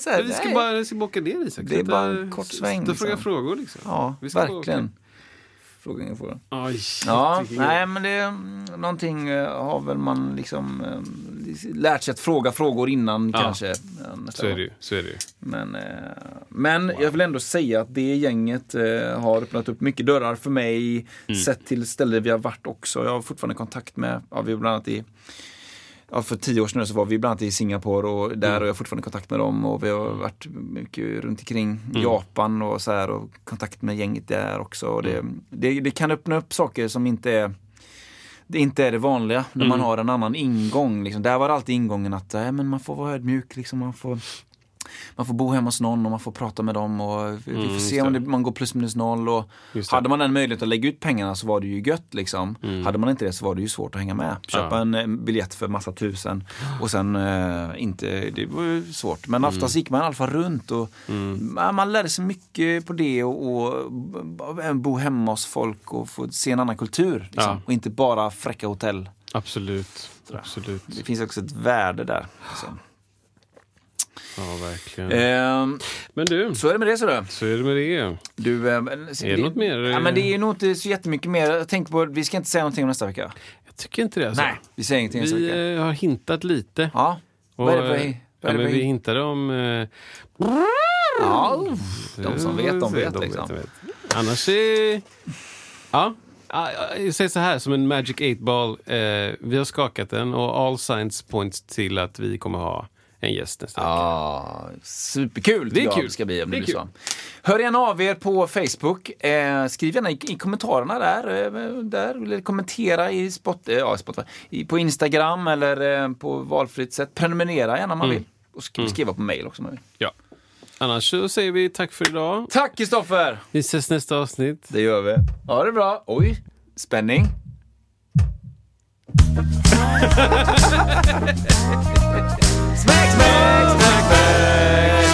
så här, Men vi ska nej. bara, vi ska bara åka ner Isak. Det är Sitta- bara en kort sväng, Sitta och fråga liksom. frågor liksom. Ja, Vi ska bara åka. verkligen. Fråga ingen fråga. Oj, shit, Ja, vilken grej. nej men det är mm, någonting eh, har väl man liksom eh, lärt sig att fråga frågor innan Ja. kanske. eh, nästa Så är gång. det ju. Så är det ju. Men, eh, men jag vill ändå säga att det gänget eh, har öppnat upp mycket dörrar för mig. Sett till ställen vi har varit också. Jag har fortfarande kontakt med, ja, vi var bland annat i Ja, för tio år sedan nu så var vi bland annat i Singapore och där och jag har fortfarande kontakt med dem och vi har varit mycket runt omkring Japan och så här och kontakt med gänget där också. Och det, det, det kan öppna upp saker som inte är det inte är det vanliga när man har en annan ingång. Liksom. Där var det alltid ingången att äh, men man får vara ödmjuk, liksom. man, får, man får bo hemma hos någon och man får prata med dem och vi, vi får se om det, man går plus minus noll. Och Mm, Just det. Mm. hade man den möjligheten att lägga ut pengarna så var det ju gött. Liksom. Hade man inte det så var det ju svårt att hänga med. Köpa Ja. en eh, biljett för massa tusen och sen eh, inte, det var ju svårt. Mm. Men oftast gick man i alla fall runt och ja, man lärde sig mycket på det och, och b- även bo hemma hos folk och få se en annan kultur. Liksom. Ja. Och inte bara fräcka hotell. Absolut. Absolut. Det finns också ett värde där. Liksom. Ja, verkligen. Ehm, Men du, så är det med det sådär. så är det med det. Du, eh, men- är det något mer? eh? Ja, men det är nog inte så jättemycket mer. Jag tänkte på, vi ska inte säga någonting om nästa vecka. Jag tycker inte det. Alltså. Vi säger ingenting nästa Vi vecka. eh, har hintat lite. Ja. Och, vad är det på, eh, vad ja, är det men på vi hintade om... eh, Mm. Ja, de som vet, de vet. Liksom. de vet. Annars är... Ja. Ja, Jag säger så här, som en Magic 8-ball. Eh, vi har skakat den och all signs points till att vi kommer ha en gäst nästa vecka. Ja, superkul Det är tycker jag kul. det ska bli om Det det är blir så. Hör gärna av er på Facebook. Eh, skriv gärna i, i kommentarerna där. Eh, där eller kommentera i spot, eh, ja, Spotify. I, på Instagram eller eh, på valfritt sätt. Prenumerera gärna Mm. om man vill. Och sk- skriva på mail också om man vill. Ja. Annars så säger vi tack för idag. Tack Kristoffer! Vi ses nästa avsnitt. Det gör vi. Ha det bra. Oj, spänning. Smack, smack, smack,